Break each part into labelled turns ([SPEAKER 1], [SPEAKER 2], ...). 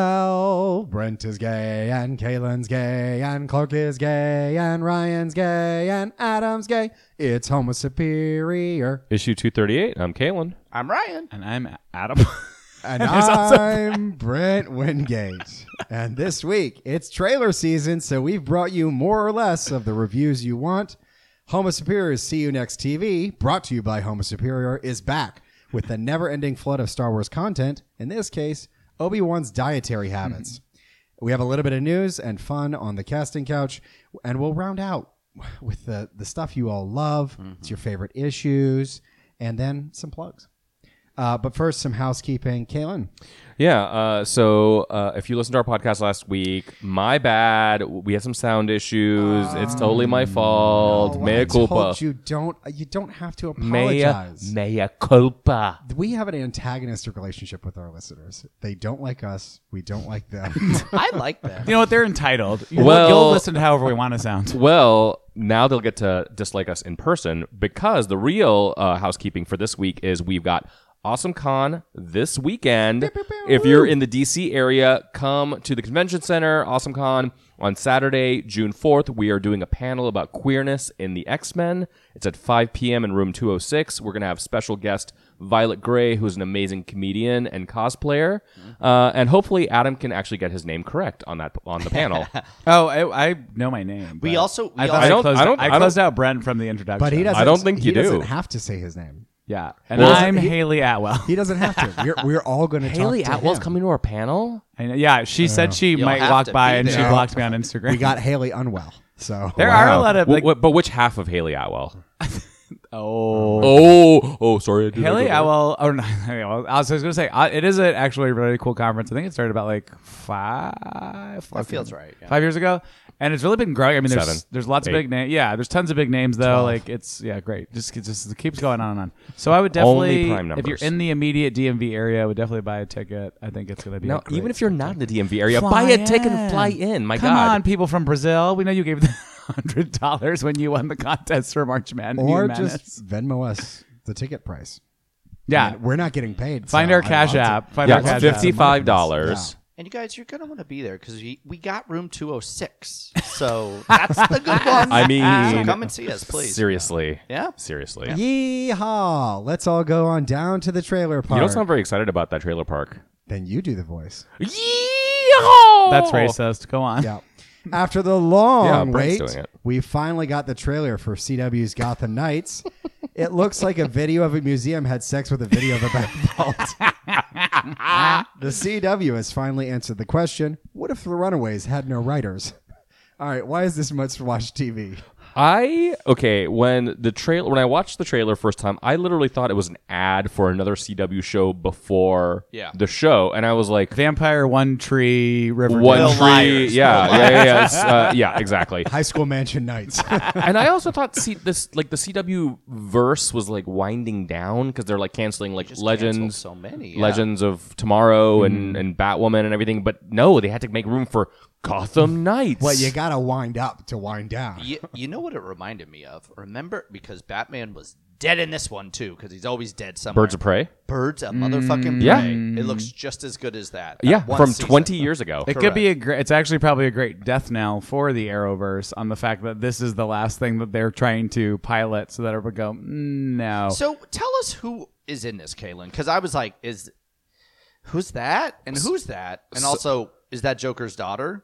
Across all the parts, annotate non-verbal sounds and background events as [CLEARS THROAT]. [SPEAKER 1] Well, Brent is gay, and Kaylin's gay, and Clark is gay, and Ryan's gay, and Adam's gay. It's Homo Superior.
[SPEAKER 2] Issue 238. I'm Kalen.
[SPEAKER 3] I'm Ryan.
[SPEAKER 4] And I'm Adam.
[SPEAKER 3] [LAUGHS]
[SPEAKER 1] And I'm Brent Wingate. and this week, it's trailer season, so we've brought you more or less of the reviews you want. Homo Superior's See You Next TV, brought to you by Homo Superior, is back with the never ending flood of Star Wars content, in this case, Obi Wan's dietary habits. we have a little bit of news and fun on the casting couch, and we'll round out with the, the stuff you all love. It's your favorite issues, and then some plugs. Uh, but first, some housekeeping. Kaylin,
[SPEAKER 2] Yeah. Uh, so uh, if you listened to our podcast last week, my bad. We had some sound issues. it's totally my fault.
[SPEAKER 1] Oh, I
[SPEAKER 2] mea
[SPEAKER 1] told
[SPEAKER 2] culpa.
[SPEAKER 1] You don't. You don't have to
[SPEAKER 2] Mea,
[SPEAKER 1] apologize.
[SPEAKER 2] mea culpa.
[SPEAKER 1] we have an antagonistic relationship with our listeners. They don't like us. We don't like
[SPEAKER 2] [LAUGHS]
[SPEAKER 1] them.
[SPEAKER 3] I like that.
[SPEAKER 4] you know what? They're entitled. You'll,
[SPEAKER 2] Well-
[SPEAKER 4] you'll listen to however we want to sound.
[SPEAKER 2] Well, now they'll get to dislike us in person because the real uh, housekeeping for this week is we've got Awesome Con this weekend. If you're in the DC area, come to the convention center, Awesome Con, on Saturday, June 4th. We are doing a panel about queerness in the X Men. It's at 5 p.m. in room 206. We're going to have special guest Violet Gray, who's an amazing comedian and cosplayer. Uh, and hopefully, Adam can actually get his name correct on that on the [LAUGHS] panel.
[SPEAKER 4] [LAUGHS] Oh, I, I know my name.
[SPEAKER 3] We
[SPEAKER 4] but
[SPEAKER 3] also- we
[SPEAKER 4] I, thought
[SPEAKER 3] also-
[SPEAKER 4] I,
[SPEAKER 3] I
[SPEAKER 2] don't-
[SPEAKER 4] closed,
[SPEAKER 2] I don't-
[SPEAKER 4] I
[SPEAKER 2] I don't-
[SPEAKER 4] closed out Brent from the introduction.
[SPEAKER 1] but he doesn't.
[SPEAKER 2] I don't think
[SPEAKER 1] he
[SPEAKER 2] you do.
[SPEAKER 1] doesn't have to say his name.
[SPEAKER 4] Yeah. And
[SPEAKER 2] Well-
[SPEAKER 4] I'm Haley Atwell. [LAUGHS]
[SPEAKER 1] He doesn't have to. We're, we're all going to talk
[SPEAKER 2] Haley
[SPEAKER 1] to
[SPEAKER 2] Atwell's
[SPEAKER 1] him.
[SPEAKER 2] coming to our panel.
[SPEAKER 4] I know, yeah, she said she might
[SPEAKER 3] have
[SPEAKER 4] walk
[SPEAKER 3] to
[SPEAKER 4] by
[SPEAKER 3] be
[SPEAKER 4] and she
[SPEAKER 3] there.
[SPEAKER 4] blocked me on Instagram.
[SPEAKER 1] We got Haley unwell.
[SPEAKER 2] [LAUGHS]
[SPEAKER 1] So
[SPEAKER 4] there are a lot of like,
[SPEAKER 2] Wh- wh- but which half of Haley [LAUGHS] Atwell?
[SPEAKER 4] oh.
[SPEAKER 2] Oh, oh, sorry. I did
[SPEAKER 4] Haley
[SPEAKER 2] that over.
[SPEAKER 4] Atwell, or oh, no, [LAUGHS] Haley Atwell, I was going to say, uh, it is an actually really cool conference. I think it started about like five,
[SPEAKER 3] That feels right. Yeah.
[SPEAKER 4] five years ago, and it's really been growing. I mean, there's
[SPEAKER 2] Seven,
[SPEAKER 4] there's lots
[SPEAKER 2] eight.
[SPEAKER 4] of big names. Yeah, there's tons of big names though. Like it's yeah, great. Just it just it keeps going on and on. So I would
[SPEAKER 2] Only
[SPEAKER 4] definitely,
[SPEAKER 2] prime
[SPEAKER 4] if you're
[SPEAKER 2] numbers.
[SPEAKER 4] in the immediate DMV area, I would definitely buy a ticket. I think it's gonna be
[SPEAKER 2] Now,
[SPEAKER 4] a great
[SPEAKER 2] even if you're not in the DMV area,
[SPEAKER 4] Fly
[SPEAKER 2] buy a ticket and
[SPEAKER 4] in.
[SPEAKER 2] fly in. My
[SPEAKER 4] Come
[SPEAKER 2] God.
[SPEAKER 4] on, people from Brazil, we know you gave [LAUGHS] them hundred dollars when you won the contest for March
[SPEAKER 1] [LAUGHS]
[SPEAKER 4] Man.
[SPEAKER 1] or just Venmo us the ticket price.
[SPEAKER 4] yeah,
[SPEAKER 1] And we're not getting paid.
[SPEAKER 4] find
[SPEAKER 1] so
[SPEAKER 4] our
[SPEAKER 1] I
[SPEAKER 4] Cash
[SPEAKER 1] want to-
[SPEAKER 4] App. Find
[SPEAKER 2] Yeah,
[SPEAKER 4] our Cash
[SPEAKER 2] it's
[SPEAKER 4] App.
[SPEAKER 2] fifty-five dollars.
[SPEAKER 3] And you guys, you're gonna want to be there because we, we got room 206, so that's the [LAUGHS] good one.
[SPEAKER 2] I mean,
[SPEAKER 3] so come and [LAUGHS] see us, please.
[SPEAKER 2] Seriously.
[SPEAKER 3] Yeah.
[SPEAKER 2] Seriously.
[SPEAKER 1] Yeehaw! Let's all go on down to the trailer
[SPEAKER 2] You
[SPEAKER 1] park.
[SPEAKER 2] don't sound very excited about that trailer park.
[SPEAKER 1] then you do the voice.
[SPEAKER 2] Yeehaw!
[SPEAKER 4] That's racist. Go on.
[SPEAKER 1] Yeah. [LAUGHS] After the long
[SPEAKER 2] Yeah, Brent's
[SPEAKER 1] wait,
[SPEAKER 2] doing it.
[SPEAKER 1] we finally got the trailer for CW's Gotham Knights. it looks like a video of a museum had sex with a video of a bank [LAUGHS] vault. the CW has finally answered the question what if the Runaways had no writers? All right, why is this much watch TV?
[SPEAKER 2] I okay when the trail when I watched the trailer first time, I literally thought it was an ad for another CW show before
[SPEAKER 3] Yeah.
[SPEAKER 2] the show, and I was like,
[SPEAKER 4] Vampire One Tree River.
[SPEAKER 2] one
[SPEAKER 3] No
[SPEAKER 2] tree,
[SPEAKER 3] liars.
[SPEAKER 2] yeah, yeah, yeah, yeah, it's, uh, yeah, exactly.
[SPEAKER 1] High School Mansion Nights.
[SPEAKER 2] [LAUGHS] and I also thought C- this like the CW verse was like winding down because they're like canceling like
[SPEAKER 3] just canceled
[SPEAKER 2] legends,
[SPEAKER 3] so many, yeah.
[SPEAKER 2] legends of tomorrow
[SPEAKER 3] Hmm.
[SPEAKER 2] and and Batwoman and everything. But no, they had to make room for Gotham Knights.
[SPEAKER 1] well, you gotta wind up to wind down.
[SPEAKER 3] you, you know what it reminded me of? Remember, because Batman was dead in this one too, because he's always dead somewhere.
[SPEAKER 2] Birds of Prey? Mm.
[SPEAKER 3] Birds of motherfucking
[SPEAKER 2] Yeah.
[SPEAKER 3] prey. It looks just as good as that. that
[SPEAKER 2] Yeah,
[SPEAKER 3] one
[SPEAKER 2] from
[SPEAKER 3] season.
[SPEAKER 2] twenty years ago.
[SPEAKER 4] It could be a great. It's actually probably a great death knell for the Arrowverse on the fact that this is the last thing that they're trying to pilot, so that it would go "Mm, no.
[SPEAKER 3] So tell us who is in this, Kalen, because I was like, is who's that and who's that, and also is that Joker's daughter?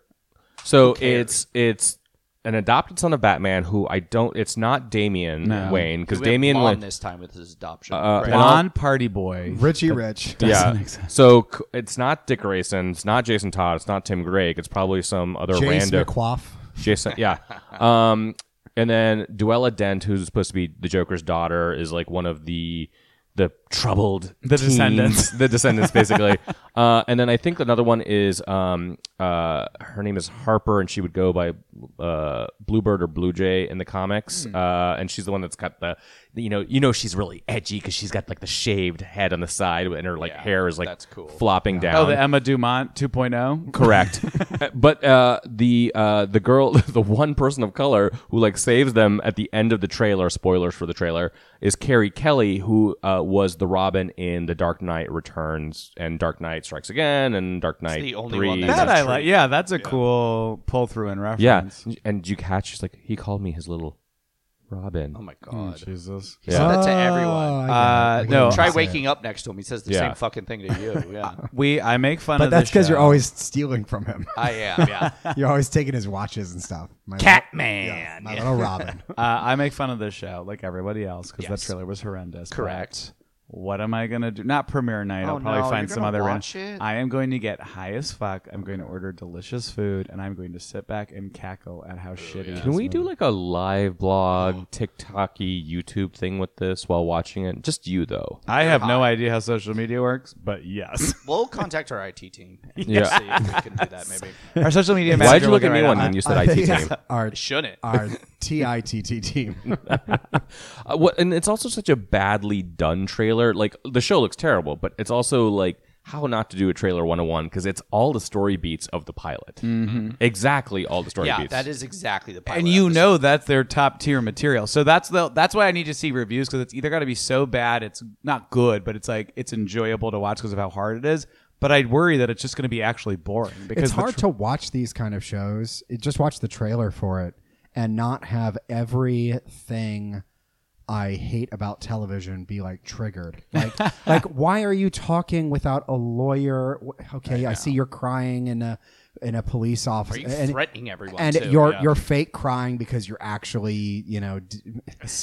[SPEAKER 2] So it's it's an adopted son of Batman who I don't. It's not Damian Wayne because
[SPEAKER 3] We went
[SPEAKER 2] Damian
[SPEAKER 3] blonde
[SPEAKER 2] Wayne.
[SPEAKER 3] this time with his adoption.
[SPEAKER 2] uh,
[SPEAKER 3] right?
[SPEAKER 4] Blonde party boy.
[SPEAKER 1] Richie Rich.
[SPEAKER 2] yeah.
[SPEAKER 4] Doesn't make sense.
[SPEAKER 2] So c- it's not Dick Grayson. It's not Jason Todd. It's not Tim Drake. It's probably some other
[SPEAKER 1] Jace
[SPEAKER 2] random.
[SPEAKER 1] McQuaff.
[SPEAKER 2] Jason, yeah. Um, and then Duella Dent, who's supposed to be the Joker's daughter, is like one of the the troubled
[SPEAKER 4] The
[SPEAKER 2] teens- [LAUGHS]
[SPEAKER 4] descendants.
[SPEAKER 2] the descendants basically. uh, and then I think another one is um, uh, her name is Harper, and she would go by uh, Bluebird or Blue Jay in the comics. Uh, and she's the one that's got the, you know, you know, she's really edgy because she's got like the shaved head on the side, and her like hair is like
[SPEAKER 3] that's cool.
[SPEAKER 2] flopping down.
[SPEAKER 4] Oh, the Emma Dumont oh? 2.0.
[SPEAKER 2] Correct. [LAUGHS] but uh, the uh, the girl, [LAUGHS] the one person of color who like saves them at the end of the trailer, spoilers for the trailer, is Carrie Kelly, who uh, was the Robin in The Dark Knight Returns and Dark Knight Strikes Again and Dark Knight
[SPEAKER 3] the only
[SPEAKER 2] 3.
[SPEAKER 3] one
[SPEAKER 4] That
[SPEAKER 3] That's
[SPEAKER 4] I
[SPEAKER 3] true.
[SPEAKER 4] like. Yeah, that's a cool pull through and reference.
[SPEAKER 2] yeah. And you catch, she's like, he called me his little Robin.
[SPEAKER 3] Oh my
[SPEAKER 2] mm,
[SPEAKER 3] god.
[SPEAKER 4] Jesus.
[SPEAKER 3] He said that to
[SPEAKER 1] Oh,
[SPEAKER 3] everyone.
[SPEAKER 4] Uh, no,
[SPEAKER 3] Try waking up next to him. He says the
[SPEAKER 2] Yeah.
[SPEAKER 3] same fucking thing to you.
[SPEAKER 2] [LAUGHS]
[SPEAKER 3] Yeah.
[SPEAKER 4] we. I make fun
[SPEAKER 1] But
[SPEAKER 4] of this
[SPEAKER 1] that's because you're
[SPEAKER 4] show.
[SPEAKER 1] always stealing from him.
[SPEAKER 3] I am. Yeah.
[SPEAKER 1] You're always taking his watches and stuff. My
[SPEAKER 3] Catman.
[SPEAKER 1] Little, yeah, my little Robin.
[SPEAKER 4] Uh, I make fun of this show like everybody else because
[SPEAKER 3] Yes.
[SPEAKER 4] that trailer was horrendous. but
[SPEAKER 3] Correct.
[SPEAKER 4] What am I gonna do? Not premiere night.
[SPEAKER 3] Oh,
[SPEAKER 4] I'll probably
[SPEAKER 3] no,
[SPEAKER 4] find
[SPEAKER 3] you're
[SPEAKER 4] some
[SPEAKER 3] gonna
[SPEAKER 4] other
[SPEAKER 3] watch
[SPEAKER 4] random-
[SPEAKER 3] it?
[SPEAKER 4] I am going to get high as fuck. I'm going to order delicious food and I'm going to sit back and cackle at how shitty. this
[SPEAKER 2] Can we do
[SPEAKER 4] movie-
[SPEAKER 2] like a live
[SPEAKER 3] Oh.
[SPEAKER 2] blog, TikToky, YouTube thing with this while watching it? Just you though.
[SPEAKER 4] I have no idea how social media works, but yes.
[SPEAKER 3] We'll contact our IT team. and
[SPEAKER 2] Yeah.
[SPEAKER 3] See if we can do
[SPEAKER 2] [LAUGHS]
[SPEAKER 3] that maybe.
[SPEAKER 4] Our social media.
[SPEAKER 2] Why'd
[SPEAKER 4] manager
[SPEAKER 2] you
[SPEAKER 4] will
[SPEAKER 2] look
[SPEAKER 4] get
[SPEAKER 2] at me
[SPEAKER 4] right
[SPEAKER 2] one
[SPEAKER 4] on
[SPEAKER 2] when
[SPEAKER 4] it.
[SPEAKER 2] you
[SPEAKER 1] [LAUGHS]
[SPEAKER 2] said IT team?
[SPEAKER 1] Our
[SPEAKER 3] Shouldn't.
[SPEAKER 1] our T I T T team.
[SPEAKER 2] Uh, what, and it's also such a badly done trailer. Like the show looks terrible, but it's also like how not to do a trailer 101 because it's all the story beats of the pilot. Exactly all the story
[SPEAKER 3] Mm-hmm. yeah,
[SPEAKER 2] beats.
[SPEAKER 3] that is exactly the pilot.
[SPEAKER 4] and you
[SPEAKER 3] episode.
[SPEAKER 4] know that's their top tier material. So that's the that's why I need to see reviews because it's either got to be so bad it's not good, but it's like it's enjoyable to watch because of how hard it is. But I'd worry that it's just going to be actually boring because
[SPEAKER 1] It's
[SPEAKER 4] the
[SPEAKER 1] hard
[SPEAKER 4] tr-
[SPEAKER 1] to watch these kind of shows. It, just watch the trailer for it and not have everything I hate about television be like triggered. Like, like why are you talking without a lawyer? Wh- Okay, I, see you're crying in a in a police office.
[SPEAKER 3] Are you
[SPEAKER 1] and,
[SPEAKER 3] threatening everyone?
[SPEAKER 1] and
[SPEAKER 3] too?
[SPEAKER 1] you're
[SPEAKER 3] Yeah.
[SPEAKER 1] you're fake crying because you're actually you know d-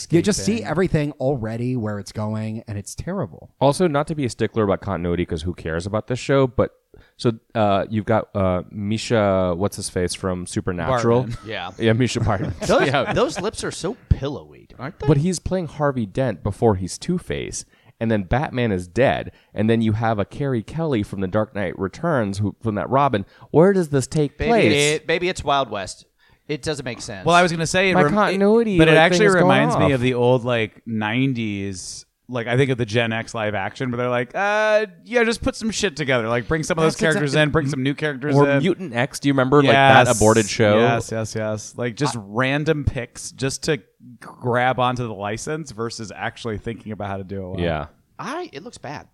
[SPEAKER 1] you just see everything already where it's going and it's terrible.
[SPEAKER 2] also not to be a stickler about continuity because who cares about this show? But so uh, you've got uh, Misha, what's his face from Supernatural?
[SPEAKER 3] Yeah.
[SPEAKER 2] yeah, Misha
[SPEAKER 3] [LAUGHS]
[SPEAKER 2] Barton.
[SPEAKER 3] Those,
[SPEAKER 2] yeah.
[SPEAKER 3] those lips are so pillowy, aren't they?
[SPEAKER 2] But he's playing Harvey Dent before he's Two Face, and then Batman is dead, and then you have a Carrie Kelly from The Dark Knight Returns, who, from that Robin. Where does this take
[SPEAKER 3] Maybe,
[SPEAKER 2] place?
[SPEAKER 3] it, maybe it's Wild West. It doesn't make sense.
[SPEAKER 4] Well, I was gonna say it
[SPEAKER 2] My
[SPEAKER 4] rem- it-
[SPEAKER 2] continuity,
[SPEAKER 4] but it
[SPEAKER 2] like, thing
[SPEAKER 4] actually
[SPEAKER 2] is going
[SPEAKER 4] reminds me
[SPEAKER 2] off.
[SPEAKER 4] of the old like '90s. Like I think of the Gen X live action, where they're like, uh, yeah, just put some shit together. Like bring some of those
[SPEAKER 2] That's
[SPEAKER 4] characters
[SPEAKER 2] exactly-
[SPEAKER 4] in, bring some new characters
[SPEAKER 2] Or
[SPEAKER 4] in.
[SPEAKER 2] Mutant X? Do you remember like that
[SPEAKER 4] Yes,
[SPEAKER 2] aborted show?
[SPEAKER 4] Yes, yes, yes. Like just random picks just to grab onto the license versus actually thinking about how to do it. Well.
[SPEAKER 2] Yeah.
[SPEAKER 3] I it looks bad.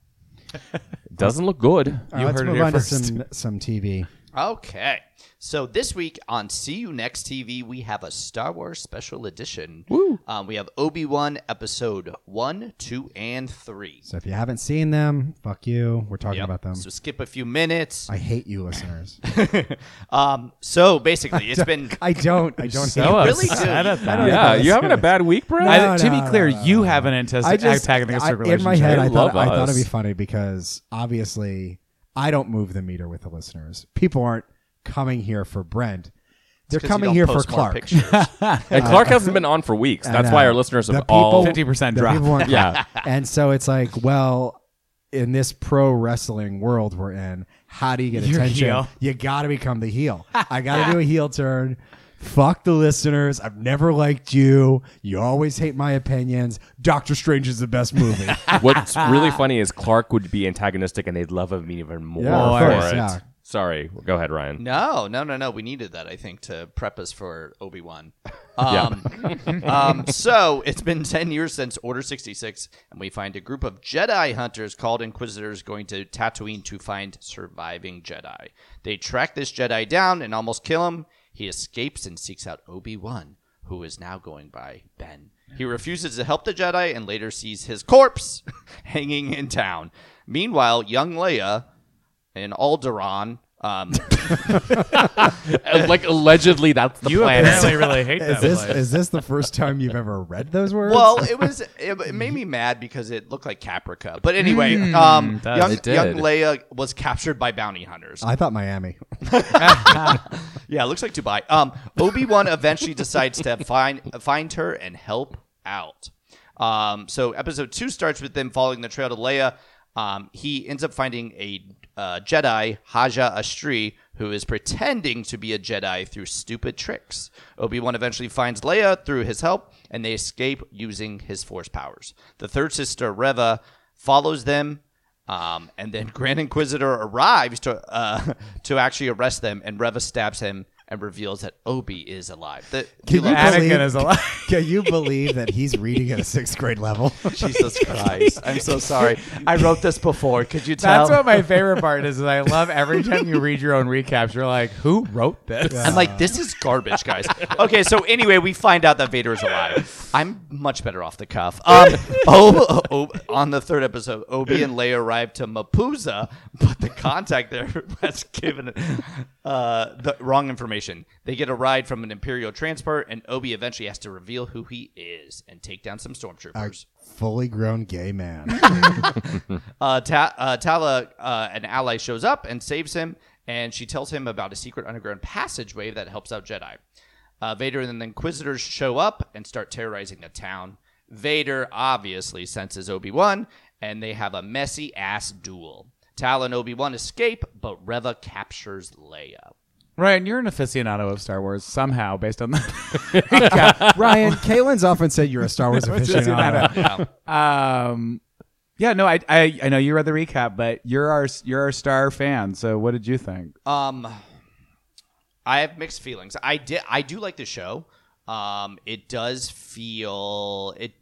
[SPEAKER 2] Doesn't look good.
[SPEAKER 1] All right, let's
[SPEAKER 4] heard it
[SPEAKER 1] move
[SPEAKER 4] here
[SPEAKER 1] on
[SPEAKER 4] first.
[SPEAKER 1] to
[SPEAKER 2] [LAUGHS]
[SPEAKER 1] some some TV.
[SPEAKER 3] Okay. So this week on See You Next TV, we have a Star Wars special edition. Um, we have Obi Wan episode one, two, and three.
[SPEAKER 1] So if you haven't seen them, fuck you. We're talking
[SPEAKER 3] Yep.
[SPEAKER 1] about them.
[SPEAKER 3] So skip a few minutes.
[SPEAKER 1] I hate you,
[SPEAKER 3] [LAUGHS]
[SPEAKER 1] listeners.
[SPEAKER 3] Um, so
[SPEAKER 1] [LAUGHS]
[SPEAKER 3] basically, it's been
[SPEAKER 1] I don't. I don't. hate
[SPEAKER 4] So
[SPEAKER 1] you.
[SPEAKER 3] really
[SPEAKER 1] [LAUGHS]
[SPEAKER 4] upset
[SPEAKER 3] do.
[SPEAKER 4] at that.
[SPEAKER 2] Yeah, you having a bad week, bro?
[SPEAKER 4] I-
[SPEAKER 1] No,
[SPEAKER 4] to be
[SPEAKER 1] no,
[SPEAKER 4] clear,
[SPEAKER 1] no, no,
[SPEAKER 4] you have an antagonistic,
[SPEAKER 1] I just
[SPEAKER 4] antagonistic
[SPEAKER 1] I,
[SPEAKER 4] relationship.
[SPEAKER 1] in my head, I
[SPEAKER 2] They
[SPEAKER 1] thought
[SPEAKER 2] love
[SPEAKER 1] I thought it'd be
[SPEAKER 2] us.
[SPEAKER 1] funny because obviously I don't move the meter with the listeners. People aren't coming here for Brent. They're
[SPEAKER 3] 'cause you
[SPEAKER 1] coming
[SPEAKER 3] don't
[SPEAKER 1] here for
[SPEAKER 3] post more
[SPEAKER 1] Clark.
[SPEAKER 3] pictures.
[SPEAKER 2] and Clark hasn't been on for weeks. That's
[SPEAKER 1] And,
[SPEAKER 2] why
[SPEAKER 1] uh,
[SPEAKER 2] our listeners
[SPEAKER 1] the
[SPEAKER 2] have all. [LAUGHS]
[SPEAKER 1] people-
[SPEAKER 4] 50%
[SPEAKER 1] the
[SPEAKER 4] drop.
[SPEAKER 1] people [LAUGHS] want-
[SPEAKER 2] Yeah.
[SPEAKER 1] and so it's like, well, in this pro wrestling world we're in, how do you get
[SPEAKER 4] You're
[SPEAKER 1] attention?
[SPEAKER 4] heel.
[SPEAKER 1] You got to become the
[SPEAKER 4] [LAUGHS]
[SPEAKER 1] heel. I got to do a heel turn. Fuck the listeners. I've never liked you. You always hate my opinions. Doctor Strange is the best
[SPEAKER 4] [LAUGHS]
[SPEAKER 1] movie.
[SPEAKER 2] [LAUGHS] What's really funny is Clark would be antagonistic, and they'd love him even more
[SPEAKER 1] Yeah, of
[SPEAKER 2] for
[SPEAKER 1] course,
[SPEAKER 2] it.
[SPEAKER 1] yeah.
[SPEAKER 2] Sorry, go ahead, Ryan.
[SPEAKER 3] No, no, no, no. We needed that, I think, to prep us for Obi Wan. Um, um, so it's been 10 years since Order 66, and we find a group of Jedi hunters called Inquisitors going to Tatooine to find surviving Jedi. They track this Jedi down and almost kill him. He escapes and seeks out Obi Wan, who is now going by Ben. He refuses to help the Jedi and later sees his corpse [LAUGHS] hanging in town. Meanwhile, young Leia and Alderaan. Um,
[SPEAKER 2] Uh, like allegedly, that's the
[SPEAKER 4] You
[SPEAKER 2] plan.
[SPEAKER 4] apparently [LAUGHS] really hate
[SPEAKER 1] is
[SPEAKER 4] that.
[SPEAKER 1] this
[SPEAKER 4] place.
[SPEAKER 1] is this the first time you've ever read those words?
[SPEAKER 3] well,
[SPEAKER 2] [LAUGHS]
[SPEAKER 3] it was it, it made me mad because it looked like Caprica. But anyway, um,
[SPEAKER 4] does.
[SPEAKER 3] young,
[SPEAKER 2] Mm, It did.
[SPEAKER 3] young Leia was captured by bounty hunters.
[SPEAKER 1] I thought Miami.
[SPEAKER 3] yeah, it looks like Dubai. Um, Obi Wan eventually decides to find find her and help out. Um, so episode two starts with them following the trail to Leia. Um, he ends up finding a uh, Jedi Haja Ashri, who is pretending to be a Jedi through stupid tricks. Obi Wan eventually finds Leia through his help, and they escape using his Force powers. The third sister Reva follows them. Um, and then [LAUGHS] Grand Inquisitor arrives to uh, [LAUGHS] to actually arrest them, and Reva stabs him and reveals that Obi is alive. The,
[SPEAKER 1] Can you
[SPEAKER 4] Anakin
[SPEAKER 1] believe, [LAUGHS]
[SPEAKER 4] is alive.
[SPEAKER 1] Can you believe that he's reading at a sixth grade
[SPEAKER 4] [LAUGHS]
[SPEAKER 1] level?
[SPEAKER 3] Jesus Christ.
[SPEAKER 1] [LAUGHS]
[SPEAKER 3] I'm so sorry. I wrote this before. Could you tell?
[SPEAKER 4] That's what my favorite part is.
[SPEAKER 1] [LAUGHS]
[SPEAKER 4] is I love every time you read your own recaps. You're like, who wrote this?
[SPEAKER 3] I'm like, this is garbage, guys. okay, so anyway, we find out that Vader is alive. I'm much better off the cuff. Um, oh, oh, on the third episode, Obi and Leia arrive to Mapuza, but the contact there [LAUGHS] was given uh, the wrong information. They get a ride from an Imperial transport, and Obi eventually has to reveal who he is and take down some
[SPEAKER 1] A
[SPEAKER 3] stormtroopers.
[SPEAKER 1] fully grown gay man.
[SPEAKER 3] uh, Ta- uh, Tala, uh, an ally, shows up and saves him, and she tells him about a secret underground passageway that helps out Jedi. Uh, Vader and the Inquisitors show up and start terrorizing the town. Vader obviously senses Obi Wan, and they have a messy ass duel. Tal and Obi Wan escape, but Reva captures Leia.
[SPEAKER 4] Ryan, you're an aficionado of Star Wars somehow, based on that.
[SPEAKER 1] [LAUGHS]
[SPEAKER 4] [LAUGHS]
[SPEAKER 1] Ryan, Kalen's often said you're a Star [LAUGHS] Wars aficionado.
[SPEAKER 4] um, yeah, no, I, I I know you read the recap, but you're our you're our star fan. So what did you think?
[SPEAKER 3] Um, I have mixed feelings. I did. I do like the show. Um, it does feel it.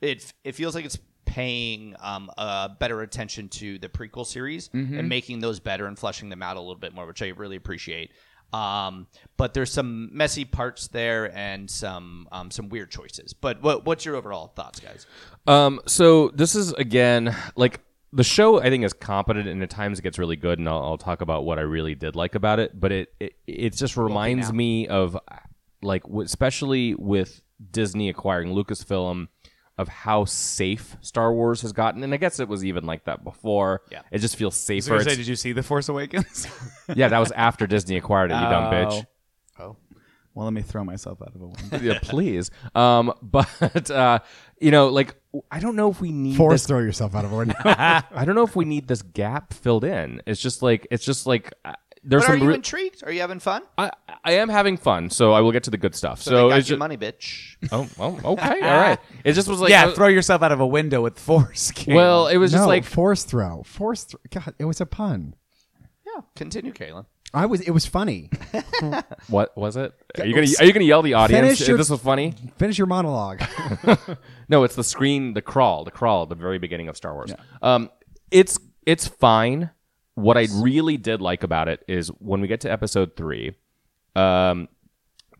[SPEAKER 3] It it feels like it's paying um uh, better attention to the prequel series
[SPEAKER 1] Mm-hmm.
[SPEAKER 3] and making those better and fleshing them out a little bit more, which I really appreciate. Um, but there's some messy parts there and some um, some weird choices. But what what's your overall thoughts, guys?
[SPEAKER 2] [LAUGHS] Um, so this is again like the show. I think is competent, and at times it gets really good. And I'll, I'll talk about what I really did like about it. But it it, it just reminds me of like w- especially with Disney acquiring Lucasfilm of how safe Star Wars has gotten. And I guess it was even like that before.
[SPEAKER 3] Yeah.
[SPEAKER 2] it just feels safer. It's-
[SPEAKER 4] did you see the Force Awakens? [LAUGHS]
[SPEAKER 2] yeah, that was after Disney acquired it. You dumb bitch.
[SPEAKER 3] Oh,
[SPEAKER 4] well, let me throw myself out of a window.
[SPEAKER 2] Yeah, please. Um, [LAUGHS] but uh, you know, like I don't know if we need this
[SPEAKER 1] Force throw yourself out of a [LAUGHS] window.
[SPEAKER 2] I don't know if we need this gap filled in. It's just like it's just like uh, there's
[SPEAKER 3] but are
[SPEAKER 2] some.
[SPEAKER 3] you
[SPEAKER 2] real-
[SPEAKER 3] intrigued? Are you having fun?
[SPEAKER 2] I, I am having fun, so I will get to the good stuff. So,
[SPEAKER 3] So they got
[SPEAKER 2] it's
[SPEAKER 3] your
[SPEAKER 2] ju-
[SPEAKER 3] money, bitch.
[SPEAKER 2] oh, oh,
[SPEAKER 3] [LAUGHS]
[SPEAKER 2] okay, all right. It just was like
[SPEAKER 4] yeah,
[SPEAKER 2] uh,
[SPEAKER 4] throw yourself out of a window with Force. [LAUGHS] Caleb.
[SPEAKER 2] well, it was
[SPEAKER 1] no,
[SPEAKER 2] just like
[SPEAKER 1] force throw. Force throw. God, it was a pun.
[SPEAKER 3] Yeah, continue, Kalen.
[SPEAKER 1] I was. It was [LAUGHS] funny.
[SPEAKER 2] what was it? Are you gonna are you gonna yell at the audience?
[SPEAKER 1] Finish
[SPEAKER 2] Is
[SPEAKER 1] your-
[SPEAKER 2] this was funny.
[SPEAKER 1] Finish your monologue.
[SPEAKER 2] No, it's the screen, the crawl, the crawl at the very beginning of Star Wars. Um, it's it's fine. What I really did like about it is when we get to episode three, um,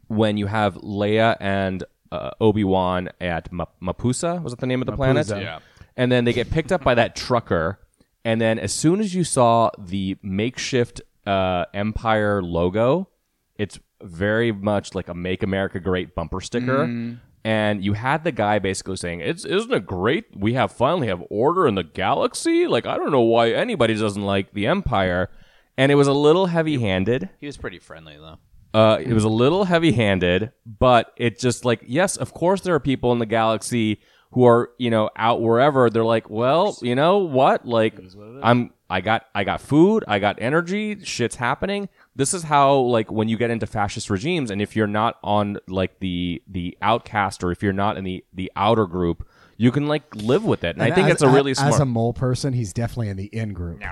[SPEAKER 2] when you have Leia and uh, Obi Wan at Ma- Mapusa, was that the name of the planet?
[SPEAKER 4] Mapusa.
[SPEAKER 2] Yeah. And then they get picked up by that trucker, and then as soon as you saw the makeshift uh, Empire logo, it's very much like a "Make America Great" bumper sticker. And you had the guy basically saying, "It's isn't it great? We have finally have order in the galaxy. Like I don't know why anybody doesn't like the Empire." And it was a little heavy-handed.
[SPEAKER 3] He was pretty friendly though.
[SPEAKER 2] Uh, it was a little heavy-handed, but it just like yes, of course there are people in the galaxy who are you know out wherever. They're like, well, you know what? Like I'm, I got, I got food, I got energy. Shit's happening. This is how like when you get into fascist regimes, and if you're not on like the the outcast, or if you're not in the the outer group, you can like live with it. And, I think
[SPEAKER 1] as,
[SPEAKER 2] it's a really
[SPEAKER 1] as,
[SPEAKER 2] smart.
[SPEAKER 1] As a mole person, he's definitely in the in group.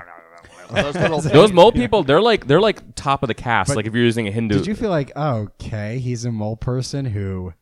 [SPEAKER 1] [LAUGHS]
[SPEAKER 3] Those little
[SPEAKER 2] those mole people, they're like they're like top of the cast. like if you're using a Hindu,
[SPEAKER 1] Did you feel like okay, he's a mole person who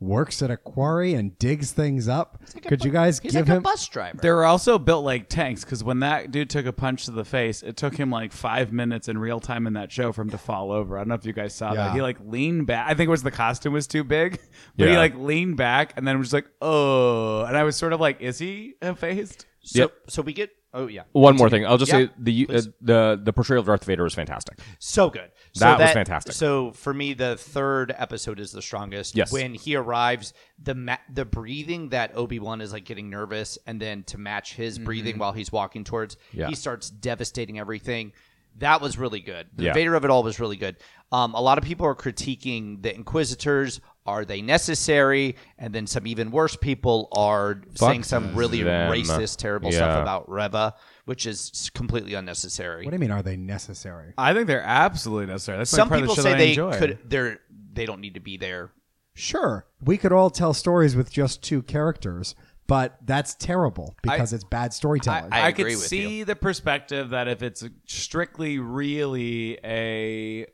[SPEAKER 1] works at a quarry and digs things up? Could you guys
[SPEAKER 3] He's
[SPEAKER 1] give
[SPEAKER 3] like a
[SPEAKER 1] him?
[SPEAKER 3] bus driver.
[SPEAKER 4] They were also built like tanks because when that dude took a punch to the face, it took him like five minutes in real time in that show for him to fall over. I don't know if you guys saw
[SPEAKER 1] Yeah.
[SPEAKER 4] that. He like leaned back. I think it was the costume was too big, but he
[SPEAKER 2] Yeah.
[SPEAKER 4] like leaned back and then was just like, oh. And I was sort of like, is he phased?
[SPEAKER 3] So,
[SPEAKER 2] Yep.
[SPEAKER 3] so we get. Oh yeah,
[SPEAKER 2] One more thing. I'll just
[SPEAKER 3] Yeah,
[SPEAKER 2] say the uh, the the portrayal of Darth Vader is fantastic.
[SPEAKER 3] so good. So
[SPEAKER 2] That was fantastic.
[SPEAKER 3] So for me, the third episode is the strongest.
[SPEAKER 2] Yes.
[SPEAKER 3] When he arrives, the ma- the breathing that Obi Wan is like getting nervous, and then to match his breathing while he's walking towards,
[SPEAKER 2] Yeah.
[SPEAKER 3] he starts devastating everything. That was really good. The
[SPEAKER 2] Yeah.
[SPEAKER 3] Vader of it all was really good. Um, a lot of people are critiquing the Inquisitors are they necessary? And then some even worse people are saying some really
[SPEAKER 2] them.
[SPEAKER 3] racist, terrible
[SPEAKER 2] Yeah.
[SPEAKER 3] stuff about Reva, which is s- completely unnecessary.
[SPEAKER 1] What do you mean? Are they necessary?
[SPEAKER 4] I think they're absolutely necessary. That's
[SPEAKER 3] some
[SPEAKER 4] like part
[SPEAKER 3] people
[SPEAKER 4] of the show
[SPEAKER 3] say
[SPEAKER 4] that I
[SPEAKER 3] they
[SPEAKER 4] enjoy.
[SPEAKER 3] could they're they don't need to be there.
[SPEAKER 1] Sure, we could all tell stories with just two characters, but that's terrible because it's bad storytelling.
[SPEAKER 3] I
[SPEAKER 4] I,
[SPEAKER 3] agree
[SPEAKER 4] could
[SPEAKER 3] with
[SPEAKER 4] see the perspective that if it's strictly really a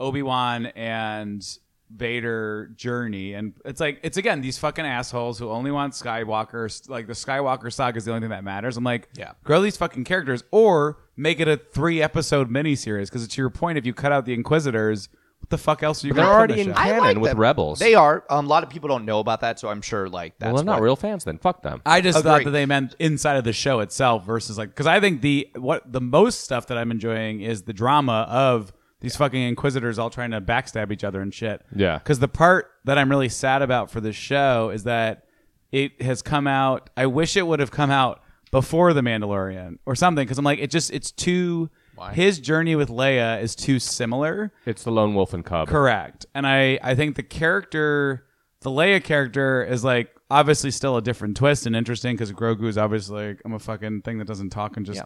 [SPEAKER 4] Obi Wan and Vader journey, and it's like it's again these fucking assholes who only want Skywalker, like the Skywalker saga is the only thing that matters. I'm like,
[SPEAKER 3] Yeah.
[SPEAKER 4] grow these fucking characters, or make it a three episode miniseries. Because to your point, if you cut out the Inquisitors, what the fuck else are you?
[SPEAKER 2] They're
[SPEAKER 4] gonna put
[SPEAKER 2] already
[SPEAKER 4] in
[SPEAKER 2] in
[SPEAKER 4] the show?
[SPEAKER 2] canon
[SPEAKER 3] like
[SPEAKER 2] with
[SPEAKER 3] them.
[SPEAKER 2] Rebels.
[SPEAKER 3] They are. Um, a lot of people don't know about that, so I'm sure like that's
[SPEAKER 2] well, they're not
[SPEAKER 3] what-
[SPEAKER 2] real fans then. Fuck them.
[SPEAKER 4] I just
[SPEAKER 3] Agree.
[SPEAKER 4] thought that they meant inside of the show itself versus like because I think the what the most stuff that I'm enjoying is the drama of these fucking inquisitors all trying to backstab each other and shit.
[SPEAKER 2] Yeah.
[SPEAKER 4] Because the part that I'm really sad about for this show is that it has come out. I wish it would have come out before the Mandalorian or something because I'm like it just it's too. His journey with Leia is too similar.
[SPEAKER 2] it's the lone wolf and cub.
[SPEAKER 4] Correct. And I, I think the character, the Leia character, is like obviously still a different twist and interesting because Grogu is obviously like, I'm a fucking thing that doesn't talk and just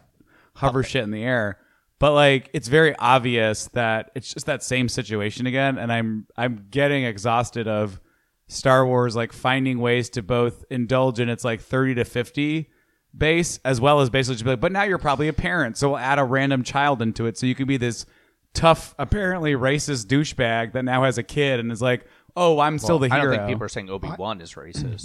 [SPEAKER 4] hover shit in the air. But like it's very obvious that it's just that same situation again, and I'm I'm getting exhausted of Star Wars like finding ways to both indulge in its like 30 to 50 base as well as basically just be like, but now you're probably a parent, so we'll add a random child into it so you can be this tough, apparently racist douchebag that now has a kid and is like, oh, I'm still the
[SPEAKER 3] I
[SPEAKER 4] hero.
[SPEAKER 3] don't think people are saying Obi Wan is racist.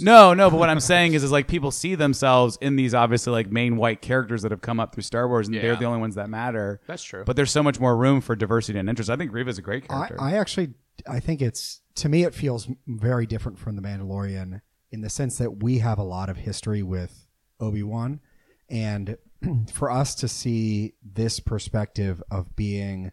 [SPEAKER 4] [LAUGHS] [CLEARS THROAT] no, no, but what I'm saying is, is like people see themselves in these obviously like main white characters that have come up through Star Wars, and they're
[SPEAKER 3] Yeah.
[SPEAKER 4] the only ones that matter.
[SPEAKER 3] That's true.
[SPEAKER 4] But there's so much more room for diversity and interest. I think Reva's a great
[SPEAKER 1] I,
[SPEAKER 4] character.
[SPEAKER 1] I actually, I think it's to me, it feels very different from the Mandalorian in the sense that we have a lot of history with Obi Wan, and [CLEARS THROAT] for us to see this perspective of being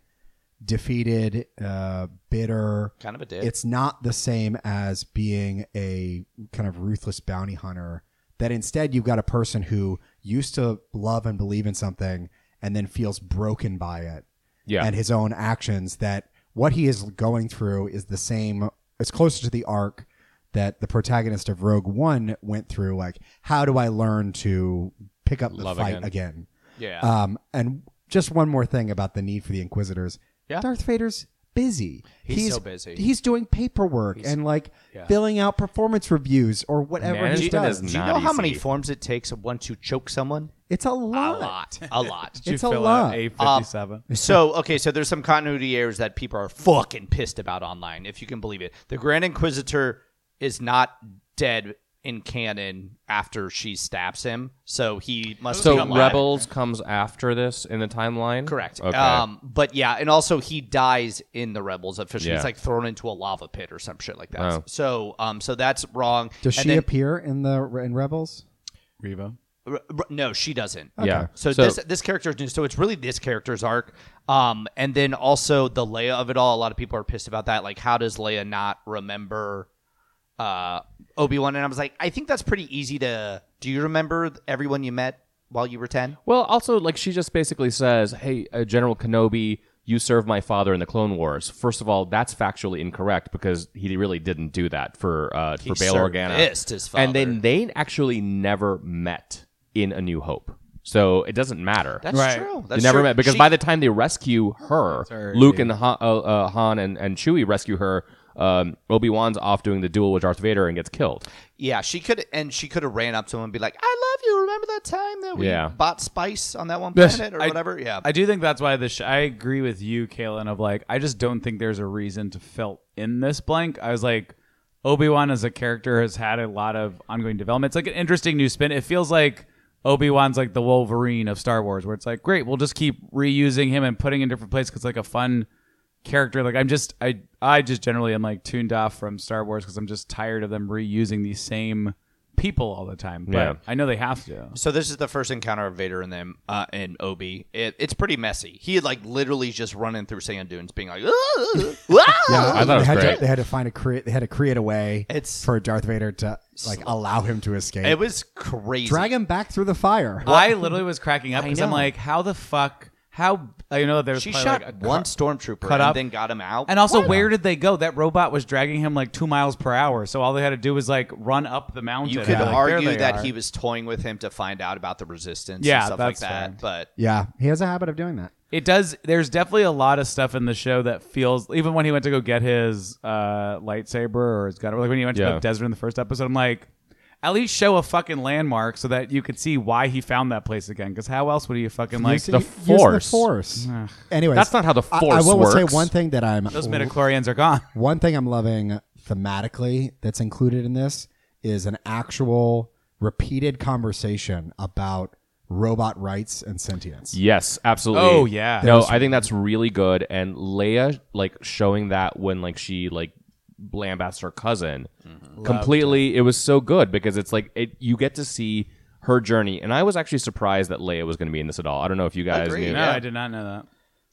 [SPEAKER 1] defeated, uh, bitter,
[SPEAKER 3] Kind of a dick.
[SPEAKER 1] it's not the same as being a kind of ruthless bounty hunter that instead you've got a person who used to love and believe in something and then feels broken by it
[SPEAKER 2] Yeah.
[SPEAKER 1] and his own actions that what he is going through is the same it's closer to the arc that the protagonist of rogue one went through like how do i learn to pick up the
[SPEAKER 2] Love
[SPEAKER 1] fight
[SPEAKER 2] again.
[SPEAKER 1] again,
[SPEAKER 3] yeah.
[SPEAKER 1] Um, and just one more thing about the need for the inquisitors
[SPEAKER 3] Yeah.
[SPEAKER 1] darth vader's busy
[SPEAKER 3] He's so busy.
[SPEAKER 1] he's doing paperwork and like filling out performance reviews or whatever he
[SPEAKER 2] Management
[SPEAKER 1] does
[SPEAKER 2] is
[SPEAKER 3] Do you
[SPEAKER 2] not
[SPEAKER 3] know how
[SPEAKER 2] easy.
[SPEAKER 3] many forms it takes of one to choke someone?
[SPEAKER 1] it's a
[SPEAKER 3] A
[SPEAKER 1] lot,
[SPEAKER 3] lot. A lot.
[SPEAKER 4] Did you
[SPEAKER 1] it's a
[SPEAKER 4] fill
[SPEAKER 1] lot.
[SPEAKER 4] out A57.
[SPEAKER 3] so okay, so there's some continuity errors that people are fucking pissed about online, if you can believe it. The Grand Inquisitor is not dead in canon after she stabs him, so he must be
[SPEAKER 2] So
[SPEAKER 3] alive.
[SPEAKER 2] Rebels comes after this in the timeline.
[SPEAKER 3] Correct.
[SPEAKER 2] Okay.
[SPEAKER 3] Um, but yeah, and also he dies in the Rebels officially. He's
[SPEAKER 2] Yeah.
[SPEAKER 3] like thrown into a lava pit or some shit like that.
[SPEAKER 2] Oh.
[SPEAKER 3] So, um, so that's wrong.
[SPEAKER 1] does
[SPEAKER 3] And
[SPEAKER 1] she
[SPEAKER 3] then-
[SPEAKER 1] appear in the in rebels
[SPEAKER 4] Reva.
[SPEAKER 3] r- r- no, she doesn't.
[SPEAKER 2] Yeah. Okay.
[SPEAKER 3] So,
[SPEAKER 2] So-
[SPEAKER 3] this this character's new. So it's really this character's arc. Um, and then also the Leia of it all. A lot of people are pissed about that. Like, how does Leia not remember uh, Obi Wan? And I was like, I think that's pretty easy to. Do you remember everyone you met while you were ten?
[SPEAKER 2] Well, also, like, she just basically says, Hey, uh, General Kenobi, you served my father in the Clone Wars. First of all, that's factually incorrect because he really didn't do that for uh, for Bail Organa.
[SPEAKER 3] serviced his
[SPEAKER 2] And then they actually never met in A New Hope. So it doesn't matter.
[SPEAKER 3] That's
[SPEAKER 4] Right.
[SPEAKER 3] true.
[SPEAKER 2] they
[SPEAKER 3] That's
[SPEAKER 2] never
[SPEAKER 3] true.
[SPEAKER 2] met because
[SPEAKER 3] She-
[SPEAKER 2] by the time they rescue her,
[SPEAKER 4] her,
[SPEAKER 2] Luke and Han, uh, uh, Han and, and Chewie rescue her. Um, Obi Wan's off doing the duel with Darth Vader and gets killed.
[SPEAKER 3] Yeah, she could, and she could have ran up to him and be like, "I love you. Remember that time that we
[SPEAKER 2] Yeah.
[SPEAKER 3] bought spice on that one
[SPEAKER 4] Yes,
[SPEAKER 3] planet or
[SPEAKER 4] I-
[SPEAKER 3] whatever?" Yeah,
[SPEAKER 4] I do think that's why the sh- I agree with you, Kalen. Of like, I just don't think there's a reason to fill in this blank. I was like, Obi Wan as a character has had a lot of ongoing development. It's like an interesting new spin. It feels like Obi Wan's like the Wolverine of Star Wars, where it's like, great, we'll just keep reusing him and putting in different places because like a fun character. Like I'm just I I just generally am like tuned off from Star Wars because I'm just tired of them reusing these same people all the time. But
[SPEAKER 2] Yeah.
[SPEAKER 4] I know they have to.
[SPEAKER 3] So this is the first encounter of Vader and them uh, and Obi. It, it's pretty messy. He had like literally just running through sand dunes, being like, "Ooh,
[SPEAKER 4] [LAUGHS]
[SPEAKER 3] wow!"
[SPEAKER 2] I thought it
[SPEAKER 1] they
[SPEAKER 2] was
[SPEAKER 1] had
[SPEAKER 2] great.
[SPEAKER 1] To, they had to find a create. They had to create a way
[SPEAKER 3] It's-
[SPEAKER 1] for Darth Vader to like allow him to escape.
[SPEAKER 3] It was crazy.
[SPEAKER 1] Drag him back through the fire.
[SPEAKER 4] I literally was cracking up because I'm like, how the fuck? How I know that there was
[SPEAKER 3] She
[SPEAKER 4] probably,
[SPEAKER 3] shot
[SPEAKER 4] like, a car-
[SPEAKER 3] one stormtrooper
[SPEAKER 4] cut
[SPEAKER 3] and
[SPEAKER 4] up.
[SPEAKER 3] then got him out.
[SPEAKER 4] And also, where did they go? That robot was dragging him like two miles per hour. So all they had to do was like run up the mountain.
[SPEAKER 3] you could
[SPEAKER 4] Like, there
[SPEAKER 3] argue
[SPEAKER 4] they
[SPEAKER 3] that
[SPEAKER 4] are.
[SPEAKER 3] he was toying with him to find out about the resistance
[SPEAKER 4] Yeah,
[SPEAKER 3] and stuff
[SPEAKER 4] that's
[SPEAKER 3] like that.
[SPEAKER 4] fair.
[SPEAKER 3] But
[SPEAKER 1] Yeah, he has a habit of doing that.
[SPEAKER 4] It does. There's definitely a lot of stuff in the show that feels. Even when he went to go get his uh, lightsaber or his gun, like when he went to
[SPEAKER 2] Yeah.
[SPEAKER 4] the desert in the first episode, I'm like, at least show a fucking landmark so that you could see why he found that place again. Because how else would you fucking like?
[SPEAKER 1] Use-
[SPEAKER 2] the
[SPEAKER 1] use
[SPEAKER 2] Force.
[SPEAKER 1] force. Anyways,
[SPEAKER 2] That's not how the
[SPEAKER 1] I- I,
[SPEAKER 2] Force
[SPEAKER 1] will say
[SPEAKER 2] works.
[SPEAKER 1] one thing that I'm
[SPEAKER 4] those midichlorians are gone.
[SPEAKER 1] one thing I'm loving thematically that's included in this is an actual repeated conversation about robot rights and sentience.
[SPEAKER 2] Yes, absolutely.
[SPEAKER 4] Oh, yeah.
[SPEAKER 2] No, I think that's really good. And Leia like showing that when like she like lambasts her cousin
[SPEAKER 4] Mm-hmm.
[SPEAKER 2] completely. It was so good because it's like it you get to see her journey. And I was actually surprised that Leia was going to be in this at all. I don't know if you guys
[SPEAKER 3] Agreed.
[SPEAKER 2] knew.
[SPEAKER 4] No,
[SPEAKER 3] Yeah.
[SPEAKER 4] I did not know that.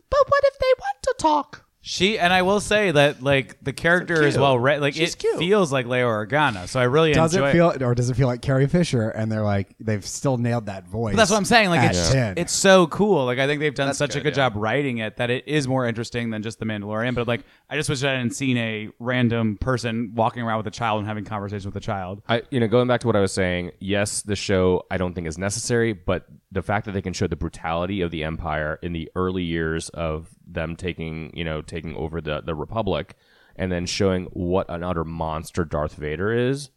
[SPEAKER 3] but what if they want to talk?
[SPEAKER 4] She and I will say that like the character is
[SPEAKER 3] cute.
[SPEAKER 4] well read. Like
[SPEAKER 3] She's
[SPEAKER 4] it
[SPEAKER 3] cute.
[SPEAKER 4] feels like Leia Organa. So I really
[SPEAKER 1] Does
[SPEAKER 4] enjoy.
[SPEAKER 1] it feel or does it feel like Carrie Fisher and they're like they've still nailed that voice?
[SPEAKER 4] But that's what I'm saying. Like
[SPEAKER 1] at
[SPEAKER 4] it's
[SPEAKER 1] 10.
[SPEAKER 4] it's so cool. Like I think they've done
[SPEAKER 3] That's
[SPEAKER 4] such a good
[SPEAKER 3] good, yeah.
[SPEAKER 4] job writing it that it is more interesting than just the Mandalorian. But like I just wish I hadn't seen a random person walking around with a child and having conversations with a child.
[SPEAKER 2] I, you know, going back to what I was saying, yes, the show I don't think is necessary, but the fact that they can show the brutality of the Empire in the early years of them taking, you know, taking over the, the Republic and then showing what an utter monster Darth Vader is,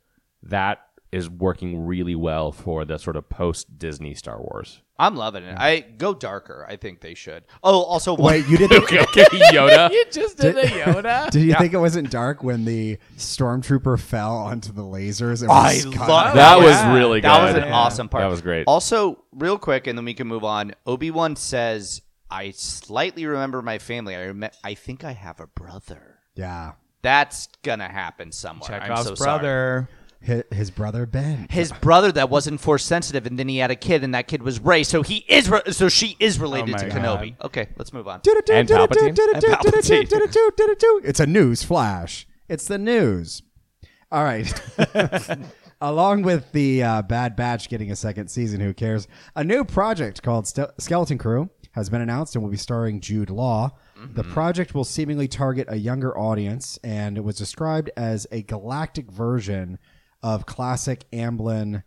[SPEAKER 2] that is working really well for the sort of post Disney Star Wars.
[SPEAKER 3] I'm loving it. I go darker. I think they should. Oh, also one,
[SPEAKER 1] Wait, you
[SPEAKER 4] [LAUGHS]
[SPEAKER 1] didn't
[SPEAKER 2] [LAUGHS] Okay,
[SPEAKER 3] [LAUGHS]
[SPEAKER 2] Yoda.
[SPEAKER 4] Just did a Yoda.
[SPEAKER 1] Did you think it wasn't dark when the stormtrooper fell onto the lasers? and
[SPEAKER 3] I
[SPEAKER 1] was cut?
[SPEAKER 3] love
[SPEAKER 2] That
[SPEAKER 4] Yeah.
[SPEAKER 2] was really good.
[SPEAKER 3] That was an awesome part.
[SPEAKER 2] That was great.
[SPEAKER 3] Also, real quick, and then we can move on. Obi Wan says, "I slightly remember my family. I rem- I think I have a brother.
[SPEAKER 1] Yeah.
[SPEAKER 3] That's gonna happen somewhere. I'm
[SPEAKER 4] Chekhov's
[SPEAKER 3] so Sorry.
[SPEAKER 4] brother.
[SPEAKER 1] His, his brother Ben.
[SPEAKER 3] His brother that wasn't force sensitive, and then he had a kid, and that kid was Ray. So he is. Re- so she is related
[SPEAKER 4] Oh
[SPEAKER 3] to
[SPEAKER 4] my
[SPEAKER 3] Kenobi. Okay, let's move on.
[SPEAKER 2] And Palpatine.
[SPEAKER 3] Palpatine.
[SPEAKER 1] It's a news flash. It's the news. All right. Along with the uh, Bad Batch getting a second season, who cares? A new project called Ste- Skeleton Crew has been announced and will be starring Jude Law. The project will seemingly target a younger audience, and it was described as a galactic version of classic Amblin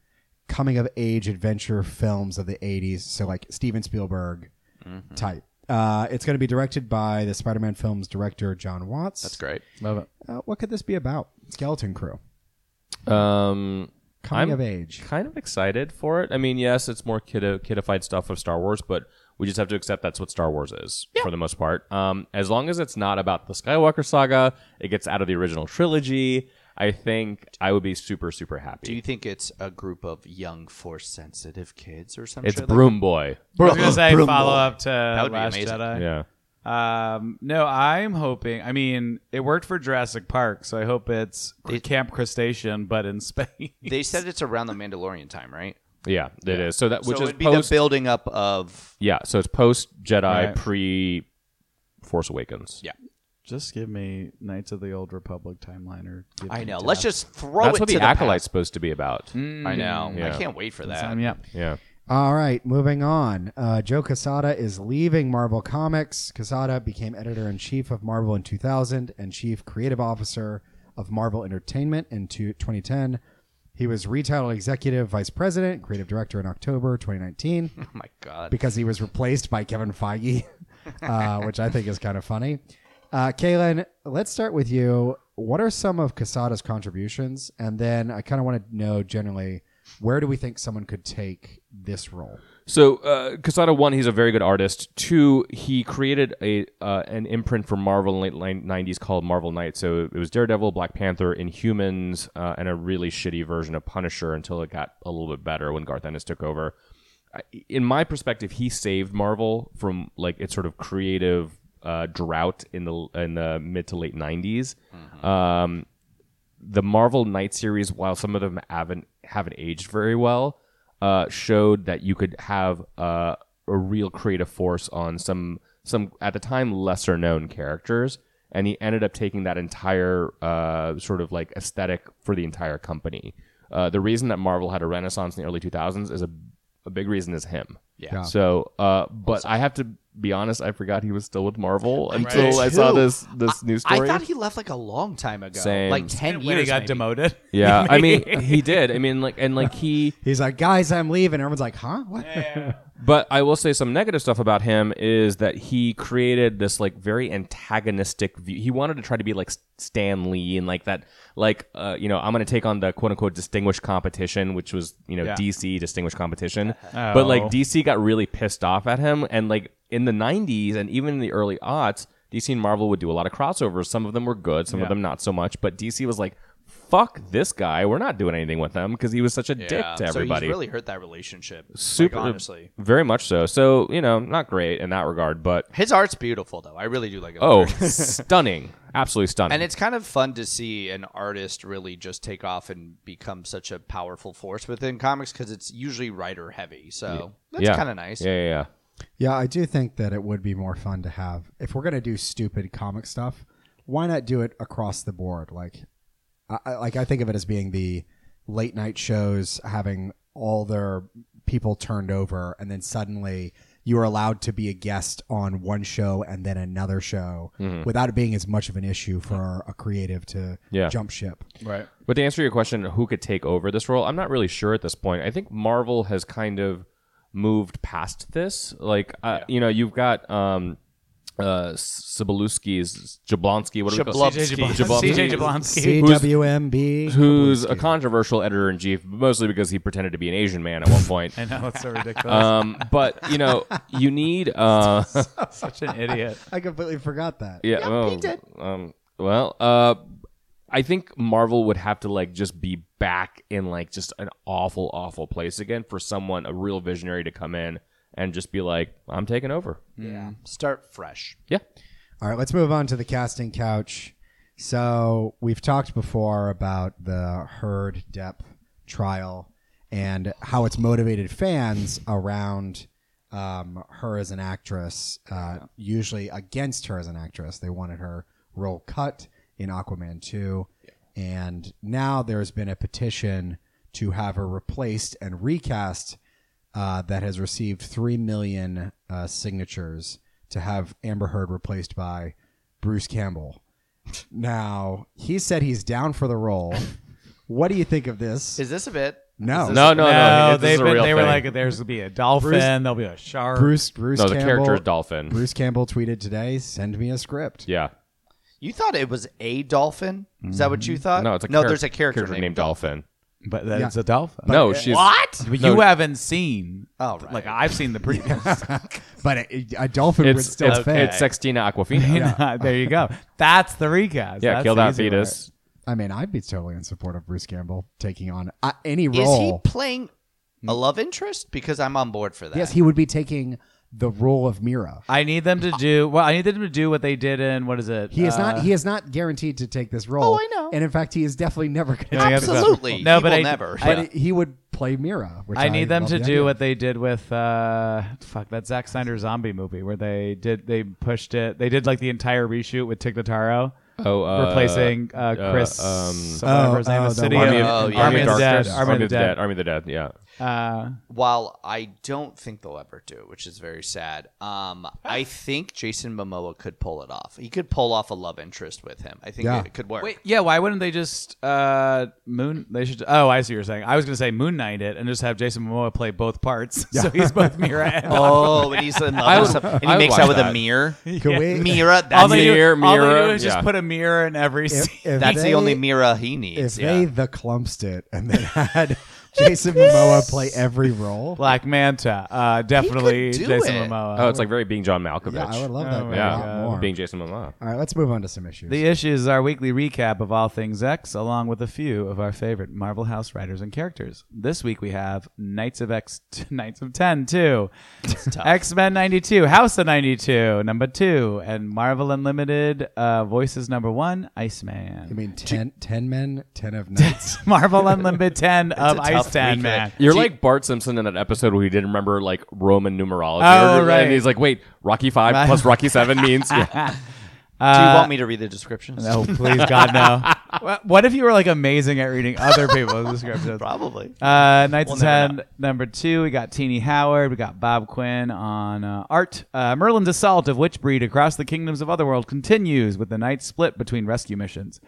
[SPEAKER 1] coming of age adventure films of the 80s. So, like Steven Spielberg type. Uh, it's going to be directed by the Spider Man films director, John Watts. That's
[SPEAKER 3] Great.
[SPEAKER 4] Love it.
[SPEAKER 1] Uh, what could this be about? Skeleton Crew.
[SPEAKER 2] Um,
[SPEAKER 1] Coming
[SPEAKER 2] I'm-
[SPEAKER 1] of age.
[SPEAKER 2] kind of excited for it. I mean, yes, it's more kiddo, kidified stuff of Star Wars, but we just have to accept that's what Star Wars is for the most part. Um, as long as it's not about the Skywalker saga, it gets out of the original trilogy. I think I would be super, super happy.
[SPEAKER 3] Do you think it's a group of young force sensitive kids or something?
[SPEAKER 2] it's Broom Boy.
[SPEAKER 4] I was gonna say follow up to
[SPEAKER 3] would be
[SPEAKER 4] Last
[SPEAKER 3] amazing.
[SPEAKER 4] Jedi.
[SPEAKER 2] Yeah.
[SPEAKER 4] Um, no, I'm hoping. I mean, it worked for Jurassic Park, so I hope it's Camp Crustacean, but in [LAUGHS] space.
[SPEAKER 3] They said it's around the Mandalorian time, right?
[SPEAKER 2] Yeah, it is. So that which
[SPEAKER 3] so
[SPEAKER 2] is
[SPEAKER 3] it'd be
[SPEAKER 2] post.
[SPEAKER 3] the building up of
[SPEAKER 2] yeah, so it's post Jedi,
[SPEAKER 4] Right.
[SPEAKER 2] pre Force Awakens.
[SPEAKER 3] yeah.
[SPEAKER 4] Just give me Knights of the Old Republic timeline or give
[SPEAKER 3] I
[SPEAKER 4] me
[SPEAKER 3] know.
[SPEAKER 4] death.
[SPEAKER 3] Let's just throw
[SPEAKER 2] That's
[SPEAKER 3] it
[SPEAKER 2] what
[SPEAKER 3] to
[SPEAKER 2] the
[SPEAKER 3] the
[SPEAKER 2] acolyte's supposed to be about.
[SPEAKER 3] past. I know. I
[SPEAKER 2] Yeah.
[SPEAKER 3] can't wait for that.
[SPEAKER 4] Um, yeah.
[SPEAKER 2] Yeah.
[SPEAKER 1] All right, moving on. Uh, Joe Casada is leaving Marvel Comics. Casada became editor in chief of Marvel in 2000 and chief creative officer of Marvel Entertainment in two- 2010. He was retitled executive vice president, creative director in October 2019
[SPEAKER 3] Oh my god.
[SPEAKER 1] because he was replaced by Kevin Feige, [LAUGHS] uh, which I think is kind of funny. Uh, Kaylin, let's start with you. What are some of Casada's contributions? And then I kind of want to know generally where do we think someone could take this role?
[SPEAKER 2] So uh, Casada one, he's a very good artist. Two, he created a uh, an imprint for Marvel in the late nineties called Marvel Knight. So it was Daredevil, Black Panther, Inhumans, uh, and a really shitty version of Punisher until it got a little bit better when Garth Ennis took over. I- In my perspective, he saved Marvel from like its sort of creative uh, drought in the in the mid to late 90s Um, the Marvel Knight series, while some of them haven't haven't aged very well, uh, showed that you could have uh, a real creative force on some some at the time lesser known characters, and he ended up taking that entire uh, sort of like aesthetic for the entire company. Uh, the reason that Marvel had a renaissance in the early 2000s is a, a big reason is him.
[SPEAKER 3] Yeah.
[SPEAKER 2] So, uh, but I have to be honest, I forgot he was still with Marvel until
[SPEAKER 4] did
[SPEAKER 2] I saw
[SPEAKER 3] too.
[SPEAKER 2] this this news
[SPEAKER 3] I
[SPEAKER 2] story.
[SPEAKER 3] thought he left like a long time ago,
[SPEAKER 2] Same.
[SPEAKER 3] like ten
[SPEAKER 4] when
[SPEAKER 3] years.
[SPEAKER 4] he got
[SPEAKER 2] [LAUGHS]
[SPEAKER 3] maybe.
[SPEAKER 4] demoted.
[SPEAKER 2] yeah, I mean, he did. I mean, like, and like he.
[SPEAKER 1] He's like, guys, I'm leaving. Everyone's like, huh? What?
[SPEAKER 2] But I will say some negative stuff about him is that he created this like very antagonistic view. He wanted to try to be like S- Stan Lee and like that, like uh, you know, I'm going to take on the quote unquote distinguished competition, which was you know
[SPEAKER 4] Yeah.
[SPEAKER 2] DC distinguished competition.
[SPEAKER 4] Oh.
[SPEAKER 2] But like DC got really pissed off at him, and like in the 90s and even in the early aughts, DC and Marvel would do a lot of crossovers. Some of them were good, some of
[SPEAKER 4] Yeah.
[SPEAKER 2] them not so much. But DC was like. Fuck this guy! We're not doing anything with him because he was such a dick
[SPEAKER 3] Yeah,
[SPEAKER 2] to
[SPEAKER 3] So
[SPEAKER 2] everybody
[SPEAKER 3] he's really hurt that relationship. like,
[SPEAKER 2] super
[SPEAKER 3] honestly.
[SPEAKER 2] very much so so you know not great in that regard but
[SPEAKER 3] His art's beautiful though. I really do like it. [LAUGHS]
[SPEAKER 2] oh stunning absolutely stunning
[SPEAKER 3] And it's kind of fun to see an artist really just take off and become such a powerful force within comics because it's usually writer heavy. So that's
[SPEAKER 2] Yeah.
[SPEAKER 3] kind of nice.
[SPEAKER 2] yeah yeah, yeah.
[SPEAKER 1] [LAUGHS] Yeah, I do think that it would be more fun to have if we're gonna do stupid comic stuff. Why not do it across the board? Like, I, I- like I think of it as being the late night shows having all their people turned over, and then suddenly you are allowed to be a guest on one show and then another show without it being as much of an issue for a creative to
[SPEAKER 2] Yeah.
[SPEAKER 1] jump ship.
[SPEAKER 4] Right.
[SPEAKER 2] but to answer your question who could take over this role i'm not really sure at this point i think marvel has kind of moved past this like uh, you know you've got um uh Sibaluski's Jablonski what do we call it?
[SPEAKER 3] Jablonski.
[SPEAKER 4] CJ Jablonski.
[SPEAKER 1] CWMB.
[SPEAKER 2] who's a controversial editor in chief mostly because he pretended to be an Asian man at one
[SPEAKER 3] [LAUGHS]
[SPEAKER 2] point
[SPEAKER 4] I know that's so ridiculous.
[SPEAKER 2] um but you know you need
[SPEAKER 3] [LAUGHS]
[SPEAKER 2] uh
[SPEAKER 4] Such an idiot.
[SPEAKER 1] I completely forgot that.
[SPEAKER 2] Yeah, well, Um, well, uh, I think Marvel would have to like just be back in like just an awful, awful place again for someone, a real visionary, to come in and just be like, "I'm taking over."
[SPEAKER 3] Yeah. Start fresh.
[SPEAKER 2] Yeah,
[SPEAKER 1] All right, let's move on to the casting couch. So we've talked before about the herd depth trial and how it's motivated fans around um, her as an actress, uh, usually against her as an actress. They wanted her role cut in Aquaman 2. And now there's been a petition to have her replaced and recast uh, that has received 3 million uh, signatures to have Amber Heard replaced by Bruce Campbell. Now, he said he's down for the role. What do you think of this?
[SPEAKER 3] Is this a bit?
[SPEAKER 1] No.
[SPEAKER 2] no, [LAUGHS] no, no.
[SPEAKER 4] No,
[SPEAKER 2] this
[SPEAKER 4] they've
[SPEAKER 2] is a
[SPEAKER 4] been,
[SPEAKER 2] real
[SPEAKER 4] they were
[SPEAKER 2] thing.
[SPEAKER 4] like, there's gonna be a dolphin, there'll be a shark.
[SPEAKER 1] Bruce Bruce
[SPEAKER 2] no, the
[SPEAKER 1] Campbell
[SPEAKER 2] character is Dolphin.
[SPEAKER 1] Bruce Campbell tweeted today, "Send me a script."
[SPEAKER 2] Yeah,
[SPEAKER 3] You thought it was a dolphin? Is that what you thought?
[SPEAKER 2] no, it's a
[SPEAKER 3] Uh, no.
[SPEAKER 2] charac-
[SPEAKER 3] there's a character, named
[SPEAKER 2] Dolphin.
[SPEAKER 4] but then it's a dolphin.
[SPEAKER 2] no, she's
[SPEAKER 3] What?
[SPEAKER 4] But
[SPEAKER 2] No.
[SPEAKER 4] you haven't seen.
[SPEAKER 3] Oh, right.
[SPEAKER 4] Like I've seen
[SPEAKER 2] [LAUGHS]
[SPEAKER 4] the previous.
[SPEAKER 1] [LAUGHS] But a, a dolphin would
[SPEAKER 2] It's
[SPEAKER 1] still
[SPEAKER 2] it's,
[SPEAKER 1] fit.
[SPEAKER 2] it's Sextina Aquafina. yeah,
[SPEAKER 4] [LAUGHS] there you go. That's the recast. That's
[SPEAKER 2] kill
[SPEAKER 4] the
[SPEAKER 2] that
[SPEAKER 4] easy part.
[SPEAKER 2] fetus.
[SPEAKER 1] I mean, I'd be totally in support of Bruce Campbell taking on uh, any
[SPEAKER 3] Is he
[SPEAKER 1] role.
[SPEAKER 3] playing a love interest? Because I'm on board for that.
[SPEAKER 1] yes, he would be taking the role of Mira.
[SPEAKER 4] I need them to do. Well, I need them to do what they did in what is it?
[SPEAKER 1] He is
[SPEAKER 4] Uh,
[SPEAKER 1] not. He is not guaranteed to take this role.
[SPEAKER 3] Oh, I know.
[SPEAKER 1] And in fact, he is definitely never going to.
[SPEAKER 4] Yeah, yeah.
[SPEAKER 3] Absolutely.
[SPEAKER 4] No,
[SPEAKER 3] He
[SPEAKER 4] but
[SPEAKER 3] will
[SPEAKER 4] I-
[SPEAKER 3] never.
[SPEAKER 1] [LAUGHS] But
[SPEAKER 3] Yeah.
[SPEAKER 1] it- he would play Mira. Which I,
[SPEAKER 4] I need them
[SPEAKER 1] love
[SPEAKER 4] to
[SPEAKER 1] the
[SPEAKER 4] do
[SPEAKER 1] idea.
[SPEAKER 4] what they did with uh, fuck that Zack Snyder zombie movie where they did they pushed it. They did like the entire reshoot with Tig Notaro.
[SPEAKER 2] Oh, uh,
[SPEAKER 4] replacing uh,
[SPEAKER 2] uh,
[SPEAKER 4] Chris.
[SPEAKER 2] um,
[SPEAKER 4] whatever his
[SPEAKER 1] Oh,
[SPEAKER 4] name
[SPEAKER 1] oh,
[SPEAKER 4] is,
[SPEAKER 1] the
[SPEAKER 4] City
[SPEAKER 1] one-
[SPEAKER 4] of-
[SPEAKER 2] Army of,
[SPEAKER 3] Oh,
[SPEAKER 4] Army
[SPEAKER 3] yeah.
[SPEAKER 2] Army of
[SPEAKER 4] of the Dead.
[SPEAKER 2] Darkness.
[SPEAKER 4] Army of the Dead.
[SPEAKER 2] Army of the Dead. Yeah.
[SPEAKER 4] Uh,
[SPEAKER 3] While I don't think they'll ever do, which is very sad, um, I think Jason Momoa could pull it off. He could pull off a love interest with him. I think
[SPEAKER 1] Yeah.
[SPEAKER 3] it could work.
[SPEAKER 4] Wait, yeah. Why wouldn't they just uh, moon? They should. Oh, I see what you're saying. I was gonna say Moon Knight it and just have Jason Momoa play both parts, [LAUGHS] so he's both Mira and.
[SPEAKER 3] [LAUGHS]
[SPEAKER 2] [LAUGHS]
[SPEAKER 3] Oh, and he's in love with
[SPEAKER 2] would-
[SPEAKER 3] some, and
[SPEAKER 2] I
[SPEAKER 3] he
[SPEAKER 2] would
[SPEAKER 3] makes out
[SPEAKER 2] watch
[SPEAKER 3] with
[SPEAKER 2] that.
[SPEAKER 3] a mirror.
[SPEAKER 1] Can we-
[SPEAKER 3] Mira,
[SPEAKER 4] all
[SPEAKER 3] that's,
[SPEAKER 4] they do,
[SPEAKER 2] Mirror,
[SPEAKER 4] all they do
[SPEAKER 2] mirror,
[SPEAKER 4] is
[SPEAKER 2] yeah.
[SPEAKER 4] just put a mirror in every
[SPEAKER 1] If-
[SPEAKER 4] scene.
[SPEAKER 1] if
[SPEAKER 3] that's the
[SPEAKER 1] they-
[SPEAKER 3] only mirror he
[SPEAKER 1] If
[SPEAKER 3] needs.
[SPEAKER 1] they
[SPEAKER 3] Yeah.
[SPEAKER 1] the clumpsed it and then [LAUGHS] had Jason Momoa play every role,
[SPEAKER 4] Black Manta, uh, definitely
[SPEAKER 3] He could do
[SPEAKER 4] Jason
[SPEAKER 3] it.
[SPEAKER 4] Momoa.
[SPEAKER 2] Oh, it's like very being John Malkovich.
[SPEAKER 1] yeah, I would love that.
[SPEAKER 4] Oh
[SPEAKER 1] a
[SPEAKER 4] my
[SPEAKER 2] Yeah,
[SPEAKER 1] lot more.
[SPEAKER 2] being Jason Momoa.
[SPEAKER 1] All right, let's move on to some issues.
[SPEAKER 4] The uh, issue is our weekly recap of all things X, along with a few of our favorite Marvel House writers and characters. This week we have Knights of X, [LAUGHS] Knights of Ten, two, X Men '92, House of '92, number two, and Marvel Unlimited uh, Voices number one,
[SPEAKER 1] I
[SPEAKER 4] Iceman.
[SPEAKER 1] mean, ten, ten men, ten of nights.
[SPEAKER 4] [LAUGHS] Marvel Unlimited Ten of
[SPEAKER 3] a tough
[SPEAKER 4] Iceman
[SPEAKER 3] week,
[SPEAKER 4] Man.
[SPEAKER 2] You're like Bart Simpson in that episode where he didn't remember like Roman numerology.
[SPEAKER 4] Oh,
[SPEAKER 2] And
[SPEAKER 4] right.
[SPEAKER 2] he's like, wait, Rocky Five plus Rocky Seven means. Yeah.
[SPEAKER 4] Uh,
[SPEAKER 3] Do you want me to read the descriptions?
[SPEAKER 4] No, please, God, no. Wha- [LAUGHS] What if you were like amazing at reading other people's descriptions?
[SPEAKER 3] Probably.
[SPEAKER 4] Uh, Knights of
[SPEAKER 3] We'll never
[SPEAKER 4] Ten, number two. We got Teeny Howard. We got Bob Quinn on uh, art. Uh, Merlin's assault of which breed across the kingdoms of Otherworld continues with the night split between rescue missions.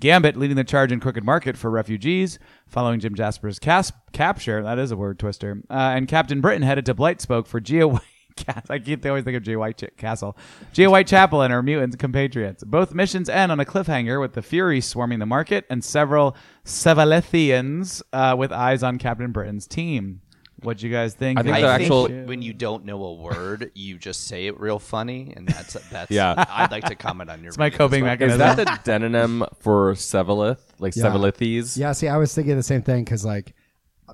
[SPEAKER 4] Gambit leading the charge in Crooked Market for refugees, following Jim Jasper's cas- capture. That is a word twister. Uh, and Captain Britain headed to Blightspoke for Geo. Cas- I keep they always think of Gia White Castle, Gia Whitechapel, and her mutant compatriots. Both missions end on a cliffhanger with the Fury swarming the market and several Sevalethians uh, with eyes on Captain Britain's team. What do you guys think?
[SPEAKER 2] I think
[SPEAKER 3] I
[SPEAKER 2] they're
[SPEAKER 3] think
[SPEAKER 2] actual-
[SPEAKER 3] when you don't know a word, you just say it real funny, and that's that's.
[SPEAKER 2] Yeah.
[SPEAKER 3] I'd like to comment on your.
[SPEAKER 4] it's my
[SPEAKER 3] reading as
[SPEAKER 4] coping
[SPEAKER 3] well.
[SPEAKER 2] Is
[SPEAKER 4] mechanism.
[SPEAKER 2] that the demonym for Sevalith? Like
[SPEAKER 1] Yeah.
[SPEAKER 2] Sevalithese?
[SPEAKER 1] Yeah, see, I was thinking the same thing because like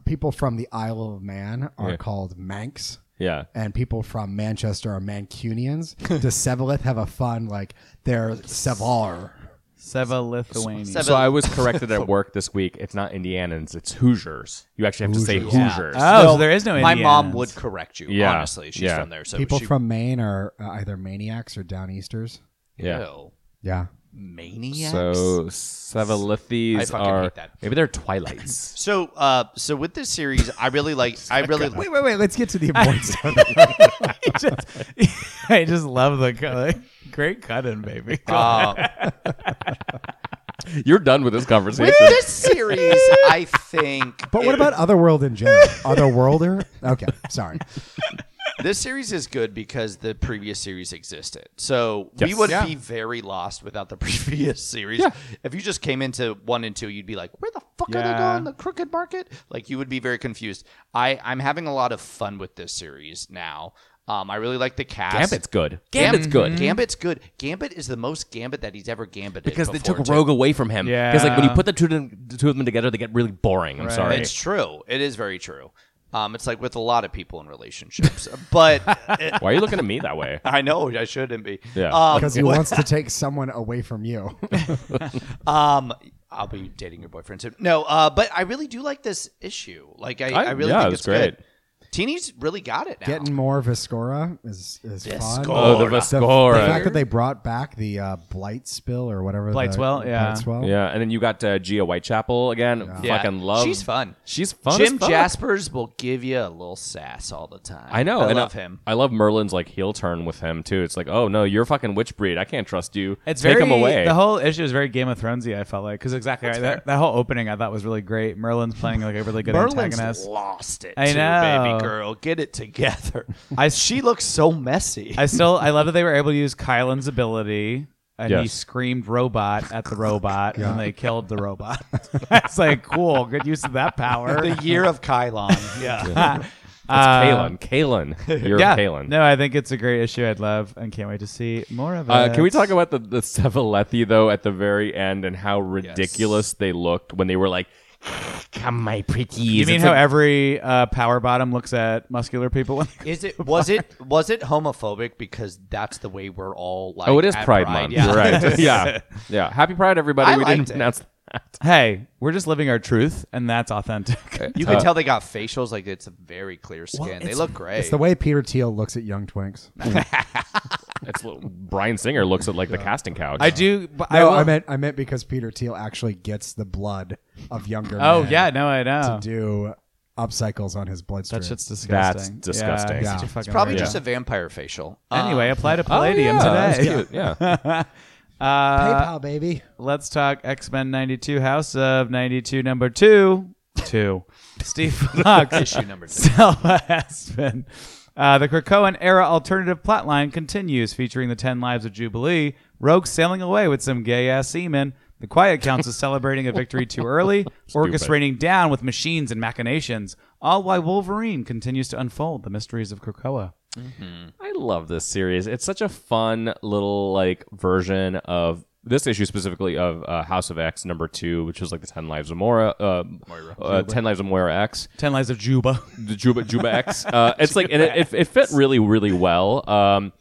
[SPEAKER 1] people from the Isle of Man are
[SPEAKER 2] Yeah.
[SPEAKER 1] called Manx,
[SPEAKER 2] Yeah.
[SPEAKER 1] and people from Manchester are Mancunians. Does Sevalith have a fun like they're Sevar?
[SPEAKER 4] Sevalithwanian?
[SPEAKER 3] Sev-
[SPEAKER 2] So I was corrected at work this week. It's not Indianans, it's Hoosiers. You actually have to say
[SPEAKER 1] Hoosiers. Yeah.
[SPEAKER 2] Hoosiers.
[SPEAKER 4] Oh, so there is no.
[SPEAKER 3] My mom
[SPEAKER 4] Indians.
[SPEAKER 3] would
[SPEAKER 4] [LAUGHS]
[SPEAKER 3] correct you.
[SPEAKER 2] Yeah.
[SPEAKER 3] Honestly, she's
[SPEAKER 2] Yeah.
[SPEAKER 3] from there, so
[SPEAKER 1] people
[SPEAKER 3] she,
[SPEAKER 1] from Maine are uh, either maniacs or downeasters.
[SPEAKER 2] Yeah.
[SPEAKER 3] Ew.
[SPEAKER 1] Yeah,
[SPEAKER 3] maniacs.
[SPEAKER 2] So
[SPEAKER 3] I
[SPEAKER 2] Sevalithes
[SPEAKER 3] fucking
[SPEAKER 2] are
[SPEAKER 3] hate that.
[SPEAKER 2] maybe they're Twilights. [LAUGHS]
[SPEAKER 3] So, uh, so with this series, I really like. I really
[SPEAKER 1] Wait, wait, wait. Let's get to the important stuff.
[SPEAKER 4] just, I just love the color. Great cut in, baby.
[SPEAKER 2] [LAUGHS]
[SPEAKER 3] Uh,
[SPEAKER 2] You're done with this conversation.
[SPEAKER 3] this series, I think.
[SPEAKER 1] But what
[SPEAKER 3] it-
[SPEAKER 1] about Otherworld in general? Otherworlder? Okay, sorry.
[SPEAKER 3] this series is good because the previous series existed. So we
[SPEAKER 2] Yes.
[SPEAKER 3] would
[SPEAKER 2] Yeah.
[SPEAKER 3] be very lost without the [LAUGHS] previous series. If you just came into one and two, you'd be like, "Where the fuck are they
[SPEAKER 4] Yeah.
[SPEAKER 3] going? The crooked market?" Like you would be very confused. I I'm having a lot of fun with this series now. Um, I really like the cast.
[SPEAKER 2] Gambit's good. Gambit's good.
[SPEAKER 3] Gambit's good. Gambit is the most Gambit that he's ever gambited
[SPEAKER 2] because they
[SPEAKER 3] before,
[SPEAKER 2] took
[SPEAKER 3] too.
[SPEAKER 2] Rogue away from him.
[SPEAKER 4] Yeah.
[SPEAKER 2] Because like when you put the two, to, the two of them together, they get really boring. I'm sorry.
[SPEAKER 3] It's true. It is very true. Um, it's like with a lot of people in relationships, [LAUGHS]
[SPEAKER 2] [LAUGHS]
[SPEAKER 3] but it,
[SPEAKER 2] Why are you looking at me
[SPEAKER 1] [LAUGHS]
[SPEAKER 2] that way?
[SPEAKER 3] I know I shouldn't be.
[SPEAKER 2] Yeah.
[SPEAKER 3] Um,
[SPEAKER 1] Because he wants to take someone away from you.
[SPEAKER 3] Um, I'll be dating your boyfriend soon. No, uh, but I really do like this issue. Like, I, I,
[SPEAKER 2] I-
[SPEAKER 3] really
[SPEAKER 2] yeah,
[SPEAKER 3] think
[SPEAKER 2] it was
[SPEAKER 3] it's great.
[SPEAKER 2] great.
[SPEAKER 3] Teeny's really got it now.
[SPEAKER 1] Getting more Viscora is, is fun.
[SPEAKER 3] Viscora.
[SPEAKER 2] Oh, the
[SPEAKER 3] Or-
[SPEAKER 1] The,
[SPEAKER 2] Vescora.
[SPEAKER 1] the fact that they brought back the uh, blight spill or whatever. the-
[SPEAKER 4] Blightswell, yeah.
[SPEAKER 1] Blightswell.
[SPEAKER 2] Yeah, and then you got uh, Gia Whitechapel again.
[SPEAKER 3] Yeah.
[SPEAKER 2] Fucking love.
[SPEAKER 3] She's fun.
[SPEAKER 2] She's fun.
[SPEAKER 3] Jim
[SPEAKER 2] as fuck.
[SPEAKER 3] Jaspers will give you a little sass all the time.
[SPEAKER 2] I know.
[SPEAKER 3] I
[SPEAKER 2] and
[SPEAKER 3] love him.
[SPEAKER 2] I love Merlin's like heel turn with him too. It's like, oh no, you're fucking witch breed. I can't trust you.
[SPEAKER 4] It's
[SPEAKER 2] Take
[SPEAKER 4] very,
[SPEAKER 2] him away.
[SPEAKER 4] The whole issue is very Game of Thronesy. I felt like because exactly right, that, that whole opening I thought was really great. Merlin's playing like a really good
[SPEAKER 3] Merlin's
[SPEAKER 4] antagonist.
[SPEAKER 3] lost it.
[SPEAKER 4] I
[SPEAKER 3] too,
[SPEAKER 4] know.
[SPEAKER 3] baby girl, get
[SPEAKER 2] [LAUGHS]
[SPEAKER 3] it together.
[SPEAKER 4] I-
[SPEAKER 3] she looks so messy.
[SPEAKER 4] I still I love that they were able to use Kylan's ability. And he
[SPEAKER 2] Yes.
[SPEAKER 4] screamed robot at the robot, and they killed the robot. [LAUGHS] It's like, cool, good use of that power.
[SPEAKER 3] [LAUGHS]
[SPEAKER 4] Uh,
[SPEAKER 3] the year
[SPEAKER 2] [LAUGHS]
[SPEAKER 3] of Kylon. yeah. uh,
[SPEAKER 2] That's Kalen.
[SPEAKER 3] [LAUGHS]
[SPEAKER 2] Kalen. You're
[SPEAKER 4] yeah.
[SPEAKER 2] Kalen.
[SPEAKER 4] No, I think it's a great issue. I'd love and can't wait to see more of it.
[SPEAKER 2] Uh, can we talk about the the Sevalethi though at the very end and how ridiculous they looked when they were like, "Come, my pretties."
[SPEAKER 4] You mean
[SPEAKER 2] It's
[SPEAKER 4] how
[SPEAKER 2] like-
[SPEAKER 4] every uh, power bottom looks at muscular people? when they-
[SPEAKER 3] Is it was it was it homophobic because that's the way we're all like
[SPEAKER 2] Oh, it is
[SPEAKER 3] at
[SPEAKER 2] Pride, Month.
[SPEAKER 3] Yeah.
[SPEAKER 2] You're
[SPEAKER 3] [LAUGHS]
[SPEAKER 2] right. yeah, yeah. Happy Pride, everybody.
[SPEAKER 3] I
[SPEAKER 2] we
[SPEAKER 3] liked
[SPEAKER 2] didn't
[SPEAKER 3] it.
[SPEAKER 2] announce.
[SPEAKER 4] [LAUGHS] hey, we're just living our truth, and that's authentic.
[SPEAKER 3] You
[SPEAKER 2] Uh,
[SPEAKER 3] can tell they got facials. Like it's a very clear skin. they look great.
[SPEAKER 1] It's the way Peter Thiel looks at young twinks. No,
[SPEAKER 2] It's little- Brian Singer looks at like the casting couch.
[SPEAKER 4] [LAUGHS] I do. But I, will-
[SPEAKER 1] I, meant I meant because Peter Thiel actually gets the blood of younger
[SPEAKER 4] Oh
[SPEAKER 1] men
[SPEAKER 4] yeah, no, I know.
[SPEAKER 1] to do upcycles on his bloodstream.
[SPEAKER 4] That shit's disgusting.
[SPEAKER 2] That's disgusting.
[SPEAKER 4] Yeah,
[SPEAKER 1] Yeah.
[SPEAKER 4] such a
[SPEAKER 1] It's
[SPEAKER 4] fucking
[SPEAKER 3] Probably
[SPEAKER 4] weirdo.
[SPEAKER 3] just a vampire facial.
[SPEAKER 4] Anyway, apply to
[SPEAKER 2] Oh,
[SPEAKER 4] Palladium
[SPEAKER 2] yeah, that's
[SPEAKER 4] today.
[SPEAKER 2] cute, Yeah.
[SPEAKER 4] Uh,
[SPEAKER 1] PayPal, baby.
[SPEAKER 4] let's talk X Men '92 House of '92 number two, two. Steve
[SPEAKER 3] [LAUGHS]
[SPEAKER 4] Fox,
[SPEAKER 3] issue number two.
[SPEAKER 4] Selma Aspen. Uh, the Krakoan era alternative plotline continues, featuring the Ten Lives of Jubilee, Rogue sailing away with some gay ass seamen, the Quiet Council celebrating a victory too
[SPEAKER 3] [LAUGHS]
[SPEAKER 4] early, Orcus raining down with machines and machinations, all while Wolverine continues to unfold the mysteries of Krakoa.
[SPEAKER 2] I love this series. It's such a fun little like version of this issue specifically of uh, House of X number two, which was like the Ten Lives of Mora, uh, uh, Ten Lives of Moira X,
[SPEAKER 4] Ten Lives of Juba.
[SPEAKER 2] the Juba Juba X. [LAUGHS] Uh, it's like and it, it, it fit really really well. Um,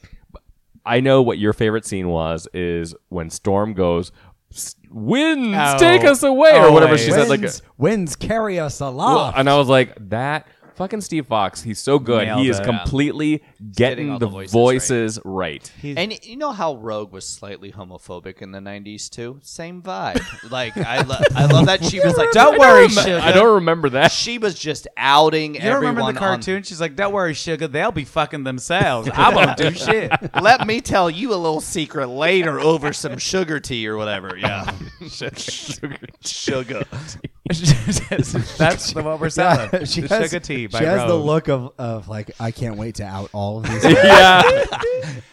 [SPEAKER 2] I know what your favorite scene was is when Storm goes. "S- Winds
[SPEAKER 4] Oh.
[SPEAKER 2] take us away, or whatever she said. Like,
[SPEAKER 1] winds carry us aloft.
[SPEAKER 2] well, and I was like, that Fucking Steve Fox, he's so good.
[SPEAKER 4] Nailed
[SPEAKER 2] he is
[SPEAKER 4] it.
[SPEAKER 2] completely getting
[SPEAKER 3] all
[SPEAKER 2] the,
[SPEAKER 3] the voices
[SPEAKER 2] voices right.
[SPEAKER 3] Um, And you know how Rogue was slightly homophobic in the '90s too. Same vibe. Like I, lo- I love that she was like, "Don't worry, sugar."
[SPEAKER 2] I don't remember that.
[SPEAKER 3] She was just outing
[SPEAKER 4] You
[SPEAKER 3] everyone.
[SPEAKER 4] remember the
[SPEAKER 3] on-
[SPEAKER 4] cartoon? She's like, "Don't worry, sugar. They'll be fucking themselves. I won't
[SPEAKER 3] [LAUGHS]
[SPEAKER 4] do shit."
[SPEAKER 3] Let me tell you a little secret later over some sugar tea or whatever. Yeah, sugar.
[SPEAKER 4] That's the
[SPEAKER 1] [LAUGHS]
[SPEAKER 4] what we're selling.
[SPEAKER 1] she
[SPEAKER 4] the
[SPEAKER 1] has,
[SPEAKER 4] sugar tea by
[SPEAKER 1] she has the
[SPEAKER 4] Rogue.
[SPEAKER 1] look of, of like I can't wait to out all of
[SPEAKER 4] [LAUGHS]
[SPEAKER 1] these.
[SPEAKER 2] [LAUGHS] yeah.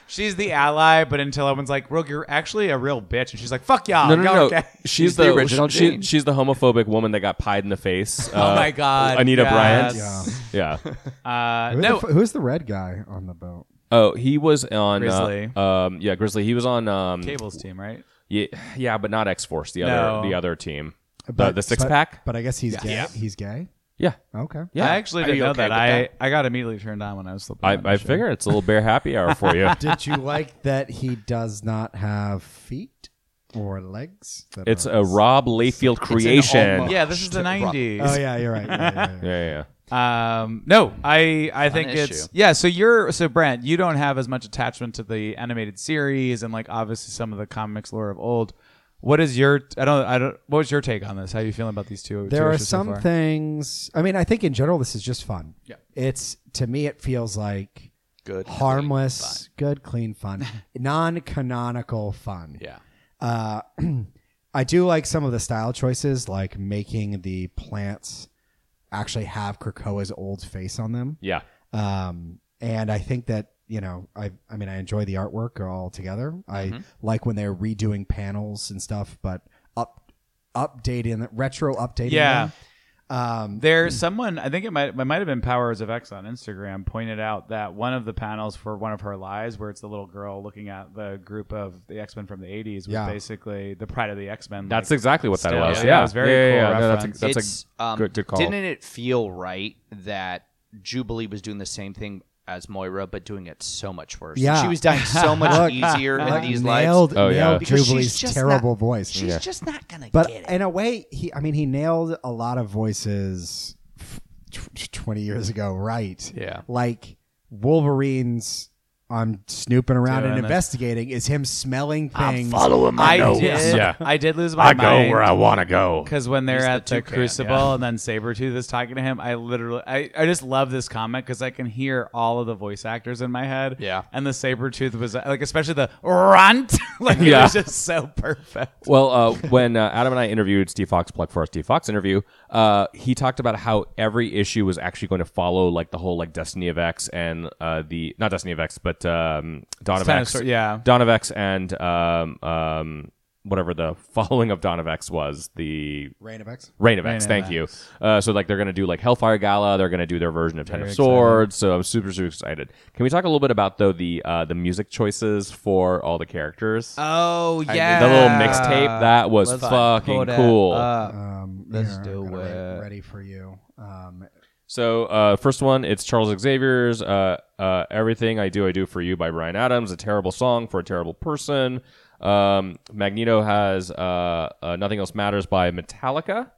[SPEAKER 4] She's the ally, but until everyone's like, "Rogue, you're actually a real bitch," and she's like, "Fuck y'all."
[SPEAKER 2] No, no, no.
[SPEAKER 4] y'all
[SPEAKER 1] [LAUGHS]
[SPEAKER 2] no.
[SPEAKER 4] okay."
[SPEAKER 2] She's
[SPEAKER 3] the
[SPEAKER 2] the
[SPEAKER 3] original
[SPEAKER 2] She,
[SPEAKER 3] Jane.
[SPEAKER 2] she's the homophobic woman that got pied in the face.
[SPEAKER 4] Oh
[SPEAKER 2] uh,
[SPEAKER 4] my god,
[SPEAKER 2] Anita
[SPEAKER 4] yes.
[SPEAKER 2] Bryant. Yeah.
[SPEAKER 4] Uh,
[SPEAKER 1] Who the
[SPEAKER 4] no,
[SPEAKER 1] f- who's the red guy on the boat?
[SPEAKER 2] Oh, he was on uh,
[SPEAKER 4] Grizzly.
[SPEAKER 2] um, yeah, Grizzly. He was on um,
[SPEAKER 4] Cable's team, right?
[SPEAKER 2] Yeah, yeah, but not X Force. The
[SPEAKER 4] No.
[SPEAKER 2] other, the other team, the,
[SPEAKER 1] But-
[SPEAKER 2] the six
[SPEAKER 1] but-
[SPEAKER 2] pack.
[SPEAKER 1] But I guess he's gay.
[SPEAKER 4] Yeah.
[SPEAKER 1] He's gay.
[SPEAKER 2] Yeah,
[SPEAKER 1] Okay.
[SPEAKER 2] yeah.
[SPEAKER 4] I actually
[SPEAKER 3] Are
[SPEAKER 4] didn't
[SPEAKER 3] you
[SPEAKER 4] know
[SPEAKER 3] okay
[SPEAKER 4] that.
[SPEAKER 3] with
[SPEAKER 4] I
[SPEAKER 3] that?
[SPEAKER 4] I got immediately turned on when I was slipping.
[SPEAKER 2] I,
[SPEAKER 4] on the
[SPEAKER 2] I
[SPEAKER 4] show.
[SPEAKER 2] figure it's a little bear happy hour for you.
[SPEAKER 1] Did
[SPEAKER 4] [LAUGHS]
[SPEAKER 1] you like that he does not have feet or legs? that
[SPEAKER 2] it's
[SPEAKER 1] are-
[SPEAKER 2] a Rob Layfield creation.
[SPEAKER 3] almost.
[SPEAKER 2] Yeah,
[SPEAKER 4] Yeah, this is the '90s.
[SPEAKER 1] Oh yeah, you're right. Yeah, yeah, yeah.
[SPEAKER 2] yeah, yeah.
[SPEAKER 4] Um, no, I I think
[SPEAKER 3] issue.
[SPEAKER 4] it's yeah. So you're so Brent, you don't have as much attachment to the animated series and like obviously some of the comics lore of old. What is your I don't I don't what was your take on this? How you feeling about these two? two
[SPEAKER 1] There are
[SPEAKER 4] issues so
[SPEAKER 1] some
[SPEAKER 4] far?
[SPEAKER 1] things. I mean, I think in general this is just fun.
[SPEAKER 4] Yeah.
[SPEAKER 1] It's to me it feels like
[SPEAKER 3] Good,
[SPEAKER 1] harmless, good, clean
[SPEAKER 4] [LAUGHS]
[SPEAKER 1] fun, non-canonical fun.
[SPEAKER 3] Yeah.
[SPEAKER 1] Uh, I do like some of the style choices, like making the plants actually have Krakoa's old face on them.
[SPEAKER 2] yeah.
[SPEAKER 1] Um, and I think that you know, I I mean, I enjoy the artwork all together.
[SPEAKER 4] Mm-hmm.
[SPEAKER 1] I like when they're redoing panels and stuff, but up updating the retro updating.
[SPEAKER 4] Yeah.
[SPEAKER 1] them. Um,
[SPEAKER 4] There, someone I think it might it might have been Powers of X on Instagram pointed out that one of the panels for one of her lies, where it's the little girl looking at the group of the X Men from the '80s, was
[SPEAKER 1] Yeah.
[SPEAKER 4] basically the Pride of the X Men.
[SPEAKER 2] That's exactly what that
[SPEAKER 4] Still,
[SPEAKER 2] was.
[SPEAKER 4] yeah,
[SPEAKER 2] Yeah,
[SPEAKER 4] it was very
[SPEAKER 2] yeah, yeah,
[SPEAKER 4] cool
[SPEAKER 2] yeah. No, that's
[SPEAKER 4] reference.
[SPEAKER 2] a, that's
[SPEAKER 3] it's,
[SPEAKER 2] a
[SPEAKER 3] um,
[SPEAKER 2] good, good call.
[SPEAKER 3] Didn't it feel right that Jubilee was doing the same thing as Moira, but doing it so much worse?
[SPEAKER 1] Yeah.
[SPEAKER 3] she was dying
[SPEAKER 1] [LAUGHS]
[SPEAKER 3] so much
[SPEAKER 1] Look,
[SPEAKER 3] easier in
[SPEAKER 1] like
[SPEAKER 3] these lives.
[SPEAKER 1] nailed,
[SPEAKER 2] Oh, yeah.
[SPEAKER 1] nailed
[SPEAKER 3] Because she's
[SPEAKER 1] Jubilee's
[SPEAKER 3] just
[SPEAKER 1] terrible
[SPEAKER 3] not-
[SPEAKER 1] voice.
[SPEAKER 3] She's just not gonna
[SPEAKER 1] But
[SPEAKER 3] get it.
[SPEAKER 1] in a way, he I mean, he nailed a lot of voices f- tw- 20 years ago, right?
[SPEAKER 3] Yeah.
[SPEAKER 1] Like Wolverine's I'm snooping around
[SPEAKER 4] Doing
[SPEAKER 1] and
[SPEAKER 4] it.
[SPEAKER 1] investigating is him smelling things.
[SPEAKER 4] I did.
[SPEAKER 2] Yeah.
[SPEAKER 4] I did lose my mind.
[SPEAKER 2] want to go.
[SPEAKER 4] Because when they're
[SPEAKER 3] He's the
[SPEAKER 4] at the,
[SPEAKER 3] toucan,
[SPEAKER 4] crucible
[SPEAKER 3] yeah.
[SPEAKER 4] and then Sabretooth is talking to him, I literally, I, I just love this comment because I can hear all of the voice actors in my head.
[SPEAKER 3] Yeah.
[SPEAKER 4] And the Sabretooth was like, especially the runt. [LAUGHS] like, it
[SPEAKER 2] Yeah.
[SPEAKER 4] was just so perfect.
[SPEAKER 2] Well, uh, when uh, Adam and I interviewed Steve Fox, plug for our Steve Fox interview, uh, he talked about how every issue was actually going to follow like the whole like Destiny of X and uh, the not Destiny of X, but um, Dawn of
[SPEAKER 4] kind of
[SPEAKER 2] X,
[SPEAKER 4] sort- yeah.
[SPEAKER 2] Dawn of X and um, um, whatever the [LAUGHS] following of Dawn of X was, the
[SPEAKER 1] Reign of X.
[SPEAKER 2] Reign of X.
[SPEAKER 4] of
[SPEAKER 2] thank you. Uh, so like they're gonna do like Hellfire Gala. They're gonna do their version of Ten of Swords. So I'm super super excited. Can we talk a little bit about though the uh, the music choices for all the characters?
[SPEAKER 3] Uh,
[SPEAKER 4] Oh, yeah.
[SPEAKER 2] The little mixtape that was fucking cool.
[SPEAKER 1] Um,
[SPEAKER 4] Let's
[SPEAKER 1] here,
[SPEAKER 4] do
[SPEAKER 1] I'm gonna write
[SPEAKER 4] it.
[SPEAKER 1] Ready for you. Um,
[SPEAKER 2] so uh, first one, it's Charles Xavier's uh, uh, "Everything I Do I Do for You" by Brian Adams. A terrible song for a terrible person. Um, Magneto has uh, uh, "Nothing Else Matters" by Metallica.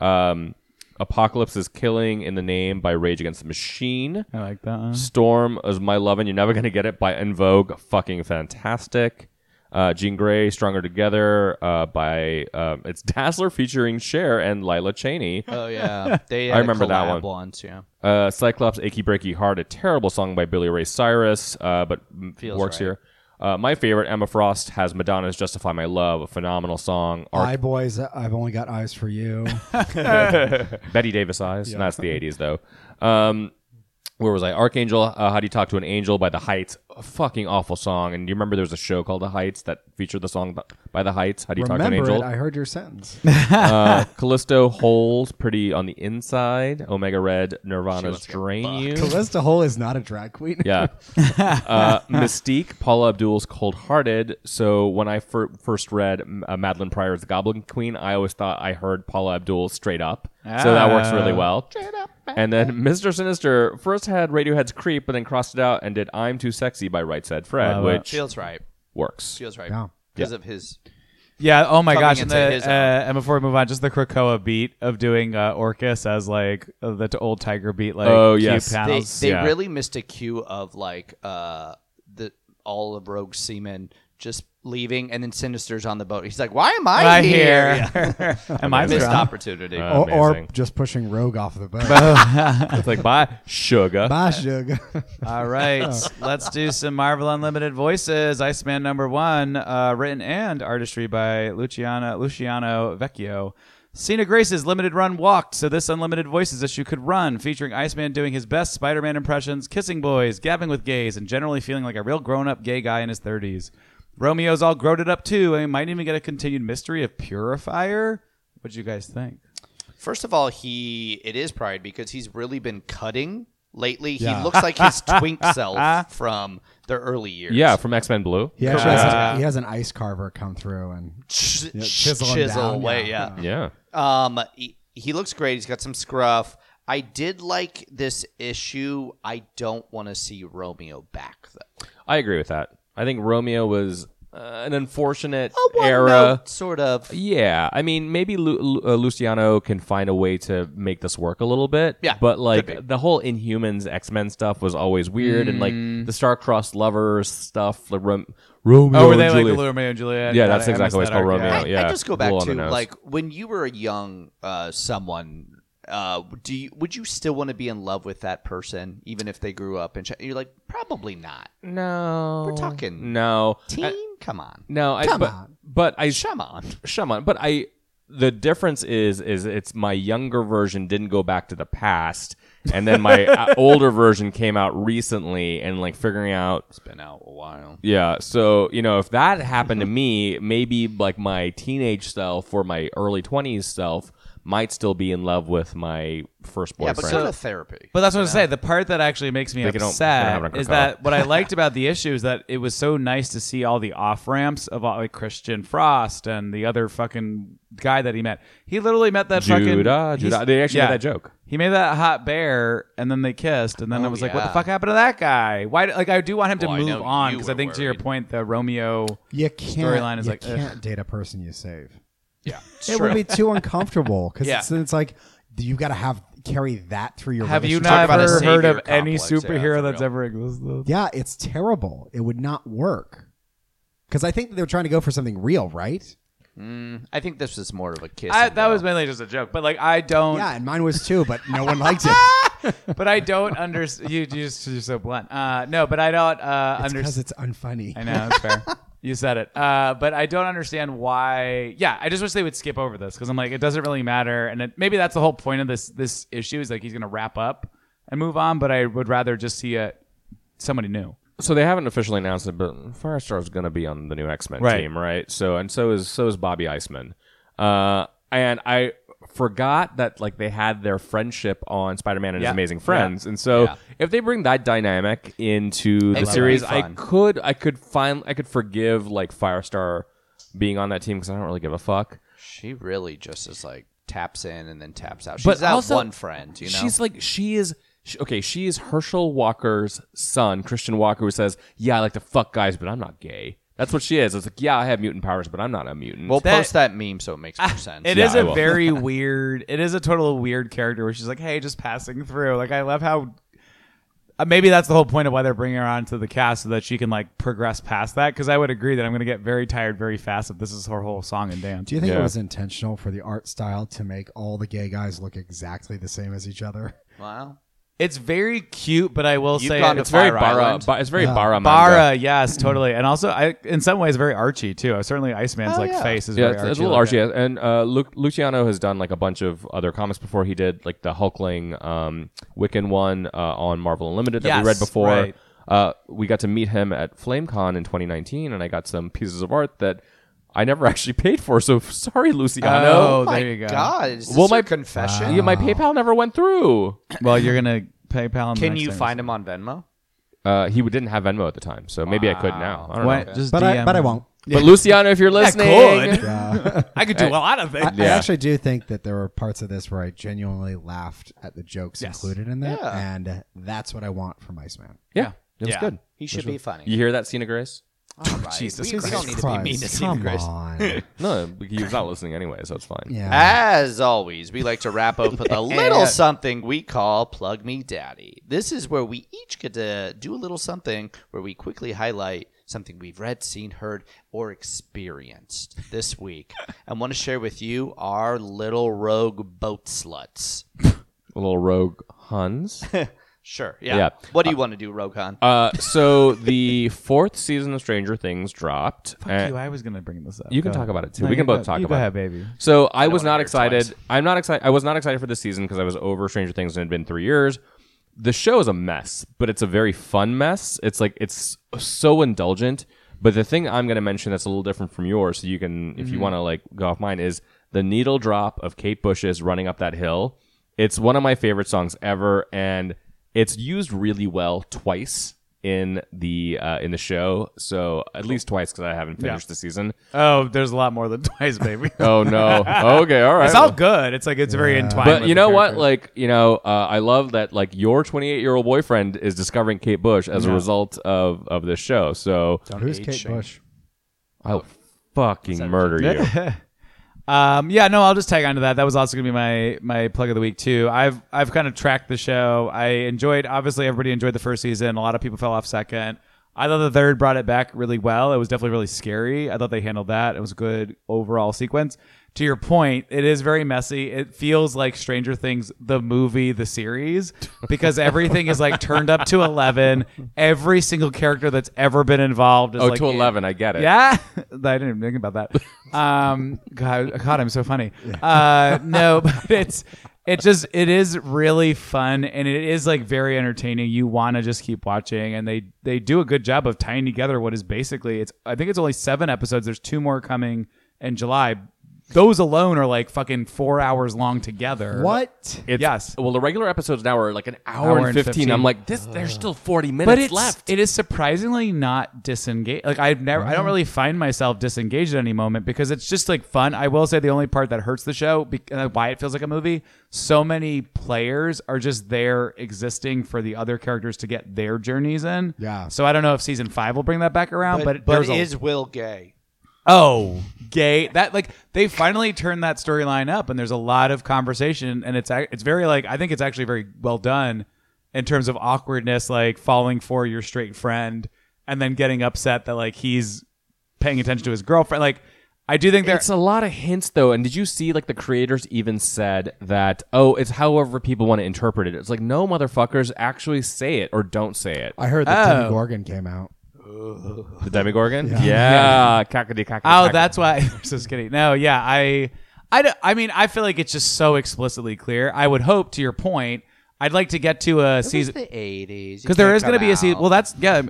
[SPEAKER 2] Um, Apocalypse is killing in the name by Rage Against the Machine.
[SPEAKER 4] I like that. one.
[SPEAKER 2] Storm is my love and you're never gonna get it by En Vogue. Fucking fantastic. Uh, Jean Grey, Stronger Together uh, by um, it's Dazzler featuring Cher and Lila Cheney. [LAUGHS]
[SPEAKER 3] oh yeah, they.
[SPEAKER 2] I
[SPEAKER 3] Had
[SPEAKER 2] remember that one.
[SPEAKER 3] collab
[SPEAKER 2] [LAUGHS]
[SPEAKER 3] Once, yeah.
[SPEAKER 2] Uh, Cyclops, Achy Breaky Heart, a terrible song by Billy Ray Cyrus, uh, but m-
[SPEAKER 3] Mm, Feels
[SPEAKER 2] works
[SPEAKER 3] right.
[SPEAKER 2] here. Uh, my favorite, Emma Frost, has Madonna's "Justify My Love," a
[SPEAKER 1] [LAUGHS]
[SPEAKER 2] phenomenal song. Arc-
[SPEAKER 1] Eye boys, I've only got eyes for
[SPEAKER 2] [LAUGHS]
[SPEAKER 1] you.
[SPEAKER 2] Betty Davis eyes. and That's the 80s, though. Um, where was I? Archangel, uh, How Do You Talk to an Angel by The Heights. A fucking awful song. And do you remember there was a show called The Heights that featured the song bu- by The Heights? How Do You Talk to an
[SPEAKER 1] Remember it.
[SPEAKER 2] Angel?
[SPEAKER 1] I heard your
[SPEAKER 2] [LAUGHS]
[SPEAKER 1] sentence.
[SPEAKER 2] uh, Callisto Holes, Pretty on the Inside. Omega Red, Nirvana's Drain You.
[SPEAKER 1] Calista Hole is not a drag queen.
[SPEAKER 2] Yeah. Uh, Mystique, Paula Abdul's Cold Hearted. So when I fir- first read M- uh, Madeline Pryor's The Goblin Queen, I always thought I heard Paula Abdul straight up. So that works really
[SPEAKER 4] Ah.
[SPEAKER 2] well. Straight up. And then Mr. Sinister first had Radiohead's Creep, but then crossed it out and did I'm Too Sexy by Right Said Fred,
[SPEAKER 4] Wow.
[SPEAKER 2] which
[SPEAKER 3] Feels right.
[SPEAKER 2] works.
[SPEAKER 3] Feels right.
[SPEAKER 1] Yeah.
[SPEAKER 3] Because of his.
[SPEAKER 4] Yeah. Oh my
[SPEAKER 3] Coming
[SPEAKER 4] gosh. And,
[SPEAKER 3] into
[SPEAKER 4] the,
[SPEAKER 3] his
[SPEAKER 4] uh, and before we move on, just the Krakoa beat of doing uh, Orcus as like uh, the t- old tiger beat, like
[SPEAKER 2] Oh,
[SPEAKER 4] cue
[SPEAKER 2] yes. They-
[SPEAKER 3] They,
[SPEAKER 4] panels.
[SPEAKER 3] they
[SPEAKER 2] yeah.
[SPEAKER 3] really missed a cue of like uh, the all of Rogue's seamen just leaving, and then Sinister's on the boat. He's like, "Why am I
[SPEAKER 4] right
[SPEAKER 3] here?"
[SPEAKER 4] here.
[SPEAKER 3] Yeah. [LAUGHS]
[SPEAKER 4] and mine's
[SPEAKER 3] Missed
[SPEAKER 4] gone.
[SPEAKER 3] opportunity.
[SPEAKER 2] Uh,
[SPEAKER 1] or, or
[SPEAKER 2] Amazing.
[SPEAKER 1] just pushing Rogue off
[SPEAKER 2] [LAUGHS]
[SPEAKER 1] the boat.
[SPEAKER 2] It's like bye, sugar.
[SPEAKER 1] Bye, [LAUGHS] Sugar.
[SPEAKER 4] All right, let's do some Marvel Unlimited voices. Iceman number one, uh, written and artistry by Luciana Luciano Vecchio. Cena Grace's limited run walked, so this unlimited voices issue could run, featuring Iceman doing his best Spider-Man impressions, kissing boys, gabbing with gays, and generally feeling like a real grown-up gay guy in his thirties. Romeo's all groated up too, and we might even get a continued mystery of Purifier. What do you guys think?
[SPEAKER 3] First of all, he it is pride because he's really been cutting lately.
[SPEAKER 1] Yeah.
[SPEAKER 3] He looks
[SPEAKER 2] [LAUGHS]
[SPEAKER 3] like his twink self from the early years.
[SPEAKER 2] Yeah, from X Men Blue.
[SPEAKER 1] He actually has, he has an ice carver come through and
[SPEAKER 3] Ch-
[SPEAKER 1] chisel him
[SPEAKER 3] chisel
[SPEAKER 1] down,
[SPEAKER 3] away.
[SPEAKER 1] yeah.
[SPEAKER 3] Yeah.
[SPEAKER 2] Yeah.
[SPEAKER 3] Um, he, he looks great. He's got some scruff. I did like this issue. I don't want to see Romeo back though.
[SPEAKER 2] I agree with that. I think Romeo was uh, an unfortunate
[SPEAKER 3] A one
[SPEAKER 2] era.
[SPEAKER 3] note sort of.
[SPEAKER 2] Yeah, I mean, maybe Lu- Lu- uh, Luciano can find a way to make this work a little bit.
[SPEAKER 3] Yeah,
[SPEAKER 2] but
[SPEAKER 3] could
[SPEAKER 2] like the whole Inhumans X Men stuff was always weird, and like the star-crossed lovers stuff, the Rom- Romeo.
[SPEAKER 4] Oh, were
[SPEAKER 2] and
[SPEAKER 4] they like
[SPEAKER 2] Juliet.
[SPEAKER 4] the Romeo and Juliet?
[SPEAKER 2] Yeah,
[SPEAKER 4] Got
[SPEAKER 2] that's
[SPEAKER 4] it. I
[SPEAKER 2] exactly
[SPEAKER 4] missed
[SPEAKER 2] what it's
[SPEAKER 4] that
[SPEAKER 2] called,
[SPEAKER 4] arc,
[SPEAKER 2] Romeo.
[SPEAKER 4] yeah.
[SPEAKER 3] I,
[SPEAKER 2] yeah,
[SPEAKER 3] I just go back
[SPEAKER 2] blow on
[SPEAKER 3] to
[SPEAKER 2] the nose.
[SPEAKER 3] like when you were a young uh, someone. Uh, do you, would you still want to be in love with that person even if they grew up and ch- you're like probably not
[SPEAKER 2] no,
[SPEAKER 3] We're talking
[SPEAKER 2] no,
[SPEAKER 3] teen come on
[SPEAKER 2] no. I,
[SPEAKER 1] Come
[SPEAKER 2] but,
[SPEAKER 1] on.
[SPEAKER 2] but I
[SPEAKER 3] come on
[SPEAKER 2] Shaman, but I the difference is is it's my younger version didn't go back to the past and then my uh, older version came out recently and like figuring out
[SPEAKER 3] been out a while
[SPEAKER 2] yeah so you know if that happened to me maybe like my teenage self or my early 20s self might still be in love with my first
[SPEAKER 3] yeah
[SPEAKER 2] boyfriend
[SPEAKER 3] but go to therapy
[SPEAKER 4] But that's what I say. The part that actually makes me
[SPEAKER 2] Like, you don't- you don't have
[SPEAKER 4] upset
[SPEAKER 2] it on
[SPEAKER 4] is
[SPEAKER 2] Coca-Cola.
[SPEAKER 4] that
[SPEAKER 2] [LAUGHS]
[SPEAKER 4] what I liked about the issue is that it was so nice to see all the off ramps of all, like Christian Frost and the other fucking guy that he met. He literally met that
[SPEAKER 2] Judah,
[SPEAKER 4] fucking
[SPEAKER 2] Judah.
[SPEAKER 4] he's-
[SPEAKER 2] They actually made that joke.
[SPEAKER 4] He made that hot bear, and then they kissed, and then I was like, "What the
[SPEAKER 3] Oh, yeah.
[SPEAKER 4] fuck happened to that guy? Why?" Like, I do want him to
[SPEAKER 3] Well, I
[SPEAKER 4] move
[SPEAKER 3] know
[SPEAKER 4] on
[SPEAKER 3] you
[SPEAKER 4] because I
[SPEAKER 3] were
[SPEAKER 4] think to your
[SPEAKER 3] worried.
[SPEAKER 4] point, the Romeo.
[SPEAKER 1] you can't.
[SPEAKER 4] Storyline is
[SPEAKER 1] you
[SPEAKER 4] like, ugh.
[SPEAKER 1] can't date a person you save.
[SPEAKER 3] yeah
[SPEAKER 1] it would be
[SPEAKER 4] [LAUGHS]
[SPEAKER 1] too uncomfortable because
[SPEAKER 3] Yeah.
[SPEAKER 1] it's, it's like you got to have carry that through your.
[SPEAKER 4] Have you
[SPEAKER 1] relationship.
[SPEAKER 3] about a
[SPEAKER 4] never heard
[SPEAKER 3] savior
[SPEAKER 4] of any
[SPEAKER 3] complex, yeah, for
[SPEAKER 4] superhero that's
[SPEAKER 3] real.
[SPEAKER 4] ever existed?
[SPEAKER 1] Yeah, it's terrible. It would not work because I think they're trying to go for something real, right?
[SPEAKER 3] i think this is more of a kiss
[SPEAKER 4] I,
[SPEAKER 3] and
[SPEAKER 4] that
[SPEAKER 3] go.
[SPEAKER 4] was mainly just a joke, but like I don't.
[SPEAKER 1] Yeah, and mine was too, but no one
[SPEAKER 4] [LAUGHS]
[SPEAKER 1] liked it.
[SPEAKER 4] but I don't understand. You, you just you're so blunt. Uh, no, but I don't uh,
[SPEAKER 1] because
[SPEAKER 4] understand.
[SPEAKER 1] it's unfunny.
[SPEAKER 4] I know
[SPEAKER 1] [LAUGHS]
[SPEAKER 4] that's fair. You said it. Uh, but I don't understand why. Yeah, I just wish they would skip over this because I'm like, it doesn't really matter. And it, maybe that's the whole point of this this issue is like he's gonna wrap up and move on. But I would rather just see it somebody new.
[SPEAKER 2] so they haven't officially announced it, but Firestar is going to be on the new X Men
[SPEAKER 4] Right.
[SPEAKER 2] team, right? So and so is so is Bobby Iceman. Uh, and I forgot that like they had their friendship on Spider Man and
[SPEAKER 4] Yeah.
[SPEAKER 2] His Amazing Friends, and so
[SPEAKER 3] Yeah.
[SPEAKER 2] if they bring that dynamic into the
[SPEAKER 3] It'd be
[SPEAKER 2] series, I
[SPEAKER 3] fun.
[SPEAKER 2] could I could find I could forgive like Firestar being on that team because I don't really give a fuck.
[SPEAKER 3] she really just is like taps in and then taps out she's
[SPEAKER 2] But
[SPEAKER 3] that
[SPEAKER 2] also,
[SPEAKER 3] one friend you know
[SPEAKER 2] She's like she is sh okay. She is Herschel Walker's son, Christian Walker, who says, "Yeah, I like to fuck guys, but I'm not gay." That's what she is. It's like, yeah, I have mutant powers, but I'm not a mutant.
[SPEAKER 3] we'll
[SPEAKER 4] that-
[SPEAKER 3] post that meme so it makes more sense
[SPEAKER 4] It
[SPEAKER 2] Yeah,
[SPEAKER 4] is
[SPEAKER 2] I
[SPEAKER 4] a
[SPEAKER 2] will.
[SPEAKER 4] very weird. It is a total weird character where she's like, "Hey, just passing through." Like I love how. uh, Maybe that's the whole point of why they're bringing her onto the cast so that she can like progress past that. Because I would agree that I'm going to get very tired very fast if this is her whole song and dance.
[SPEAKER 1] Do you think
[SPEAKER 2] Yeah.
[SPEAKER 1] it was intentional for the art style to make all the gay guys look exactly the same as each other?
[SPEAKER 3] wow
[SPEAKER 4] It's very cute, but I will
[SPEAKER 3] You've
[SPEAKER 4] say
[SPEAKER 3] gone to
[SPEAKER 4] it's
[SPEAKER 2] very
[SPEAKER 4] very
[SPEAKER 2] bara,
[SPEAKER 4] Barra.
[SPEAKER 2] ba- It's very bara. manga.
[SPEAKER 4] Barra, yes, totally, and also I, in some ways, very Archie too. Uh, Certainly, Iceman's
[SPEAKER 3] Oh,
[SPEAKER 4] like
[SPEAKER 3] yeah.
[SPEAKER 4] face is
[SPEAKER 2] Yeah,
[SPEAKER 4] very
[SPEAKER 2] it's,
[SPEAKER 4] Archie.
[SPEAKER 2] it's a little Archie. And uh, Lu- Luciano has done like a bunch of other comics before. He did like the Hulkling um, Wiccan one uh, on Marvel Unlimited that
[SPEAKER 4] Yes,
[SPEAKER 2] we read before.
[SPEAKER 4] right.
[SPEAKER 2] Uh, we got to meet him at FlameCon in 2019, and I got some pieces of art that I never [LAUGHS] actually paid for. So sorry, Luciano.
[SPEAKER 4] Oh,
[SPEAKER 3] my
[SPEAKER 4] there you go.
[SPEAKER 3] god is this
[SPEAKER 2] Well,
[SPEAKER 3] your
[SPEAKER 2] my-
[SPEAKER 3] confession
[SPEAKER 2] Yeah, my PayPal never went through.
[SPEAKER 4] Well, you're gonna PayPal. him the
[SPEAKER 3] can
[SPEAKER 4] next
[SPEAKER 3] you
[SPEAKER 4] time.
[SPEAKER 3] find him on venmo
[SPEAKER 2] Uh, he didn't have Venmo at the time, so maybe I could now. I don't
[SPEAKER 4] Why-
[SPEAKER 2] know.
[SPEAKER 4] Just
[SPEAKER 1] But
[SPEAKER 4] DM
[SPEAKER 1] I, but I
[SPEAKER 4] him.
[SPEAKER 1] won't.
[SPEAKER 2] But Luciano, if you're listening,
[SPEAKER 4] I could do a lot of things.
[SPEAKER 1] I, I actually do think that there were parts of this where I genuinely laughed at the jokes included in that,
[SPEAKER 3] Yeah.
[SPEAKER 1] and that's what I want from Iceman.
[SPEAKER 2] yeah, that's
[SPEAKER 4] Yeah.
[SPEAKER 2] good.
[SPEAKER 3] he should be funny
[SPEAKER 2] You hear that, Cena Grace?
[SPEAKER 3] All right.
[SPEAKER 4] Jesus
[SPEAKER 3] we, we
[SPEAKER 4] Christ.
[SPEAKER 3] don't need to be mean to
[SPEAKER 1] Christ, come
[SPEAKER 3] Stephen Grace.
[SPEAKER 1] on.
[SPEAKER 2] No, he was not listening anyway, so it's fine.
[SPEAKER 1] Yeah.
[SPEAKER 3] As always, we like to wrap up
[SPEAKER 4] [LAUGHS]
[SPEAKER 3] with a little something we call Plug Me Daddy. This is where we each get to do a little something where we quickly highlight something we've read, seen, heard, or experienced this
[SPEAKER 4] [LAUGHS]
[SPEAKER 3] week. and want to share with you our little rogue boat sluts.
[SPEAKER 2] A little rogue
[SPEAKER 4] [LAUGHS]
[SPEAKER 2] Huns.
[SPEAKER 3] Sure. Yeah.
[SPEAKER 2] Yeah.
[SPEAKER 3] What do you want to do, Rogan?
[SPEAKER 2] Uh, so the fourth season of Stranger Things dropped.
[SPEAKER 4] Fuck you. I was gonna bring this up.
[SPEAKER 2] You can
[SPEAKER 4] Go
[SPEAKER 2] talk
[SPEAKER 4] ahead.
[SPEAKER 2] about it too.
[SPEAKER 4] No,
[SPEAKER 2] we
[SPEAKER 4] you
[SPEAKER 2] can both
[SPEAKER 4] go-
[SPEAKER 2] talk
[SPEAKER 4] you
[SPEAKER 2] about
[SPEAKER 4] go ahead,
[SPEAKER 2] it.
[SPEAKER 4] baby.
[SPEAKER 2] So I, was not
[SPEAKER 3] wanna hear
[SPEAKER 2] excited.
[SPEAKER 3] twice.
[SPEAKER 2] I'm not excited. I was not excited for this season because I was over Stranger Things and it had been three years. The show is a mess, but it's a very fun mess. It's like it's so indulgent. But the thing I'm going to mention that's a little different from yours, so you can, if you want to like go off mine, is the needle drop of Kate Bush's "Running Up That Hill." It's one of my favorite songs ever, and it's used really well twice in the uh, in the show. So at least twice because I haven't finished the season.
[SPEAKER 4] Oh, there's a lot more than [LAUGHS] twice, baby.
[SPEAKER 2] Oh [LAUGHS] no. okay. All right.
[SPEAKER 4] It's all good. It's like it's very entwined.
[SPEAKER 2] but
[SPEAKER 4] with
[SPEAKER 2] you
[SPEAKER 4] the
[SPEAKER 2] know what?
[SPEAKER 4] characters.
[SPEAKER 2] Like you know, uh, I love that. Like your 28 year old boyfriend is discovering Kate Bush as a result of of this show. So
[SPEAKER 1] Who's Kate Bush?
[SPEAKER 2] I'll fucking murder [LAUGHS] you.
[SPEAKER 4] Um, yeah, no, I'll just tag onto that. That was also gonna be my my plug of the week too. I've I've kind of tracked the show. I enjoyed. Obviously, everybody enjoyed the first season. A lot of people fell off second. I thought the third brought it back really well. It was definitely really scary. I thought they handled that. It was a good overall sequence. To your point, it is very messy. It feels like Stranger Things, the movie,
[SPEAKER 2] [LAUGHS]
[SPEAKER 4] the series, because everything is like turned up to eleven. Every single character that's ever been involved is
[SPEAKER 2] Oh,
[SPEAKER 4] like
[SPEAKER 2] to
[SPEAKER 4] in-
[SPEAKER 2] 11. I get it.
[SPEAKER 4] yeah, [LAUGHS] I didn't even think about that. Um, God, God, I'm so funny. Uh, no, [LAUGHS] but it's it just it is really fun and it is like very entertaining. You want to just keep watching, and they they do a good job of tying together what is basically it's. I think it's only seven episodes. There's two more coming in July. Those alone are like fucking four hours long together.
[SPEAKER 1] What?
[SPEAKER 2] It's,
[SPEAKER 4] Yes.
[SPEAKER 2] Well, the regular episodes now are like an hour,
[SPEAKER 4] Hour
[SPEAKER 2] and
[SPEAKER 4] and
[SPEAKER 2] 15.
[SPEAKER 4] 15.
[SPEAKER 2] I'm like, this. There's still 40 minutes
[SPEAKER 4] But it's
[SPEAKER 2] left.
[SPEAKER 4] it is surprisingly not disengaged. Like I've never, I don't really find myself disengaged at any moment because it's just like fun. I will say the only part that hurts the show, be- uh, why it feels like a movie, so many players are just there existing for the other characters to get their journeys in.
[SPEAKER 1] Yeah.
[SPEAKER 4] So I don't know if season five will bring that back around, but,
[SPEAKER 3] but but
[SPEAKER 4] there's a-
[SPEAKER 3] is Will gay?
[SPEAKER 4] oh gay that like they finally turned that storyline up and there's a lot of conversation and it's ac- it's very like i think it's actually very well done in terms of awkwardness like falling for your straight friend and then getting upset that like he's paying attention to his girlfriend like i do think
[SPEAKER 2] [LAUGHS]
[SPEAKER 4] there's
[SPEAKER 2] it's a lot of hints though and did you see like the creators even said that oh it's however people want to interpret it it's like no motherfuckers actually say it or don't say it
[SPEAKER 1] I heard that Tim
[SPEAKER 4] Oh.
[SPEAKER 1] Gorgon came out.
[SPEAKER 2] the demigorgon yeah, Cockatoo, cockatoo,
[SPEAKER 4] Oh,
[SPEAKER 2] cockatoo.
[SPEAKER 4] that's why. [LAUGHS] I'm so skinny. No, yeah, I, I, don't- I mean, I feel like it's just so explicitly clear. I would hope, to your point, I'd like to get to a
[SPEAKER 3] He's
[SPEAKER 4] season
[SPEAKER 3] the 80s.
[SPEAKER 4] because there is going to be a season. Well, that's yeah.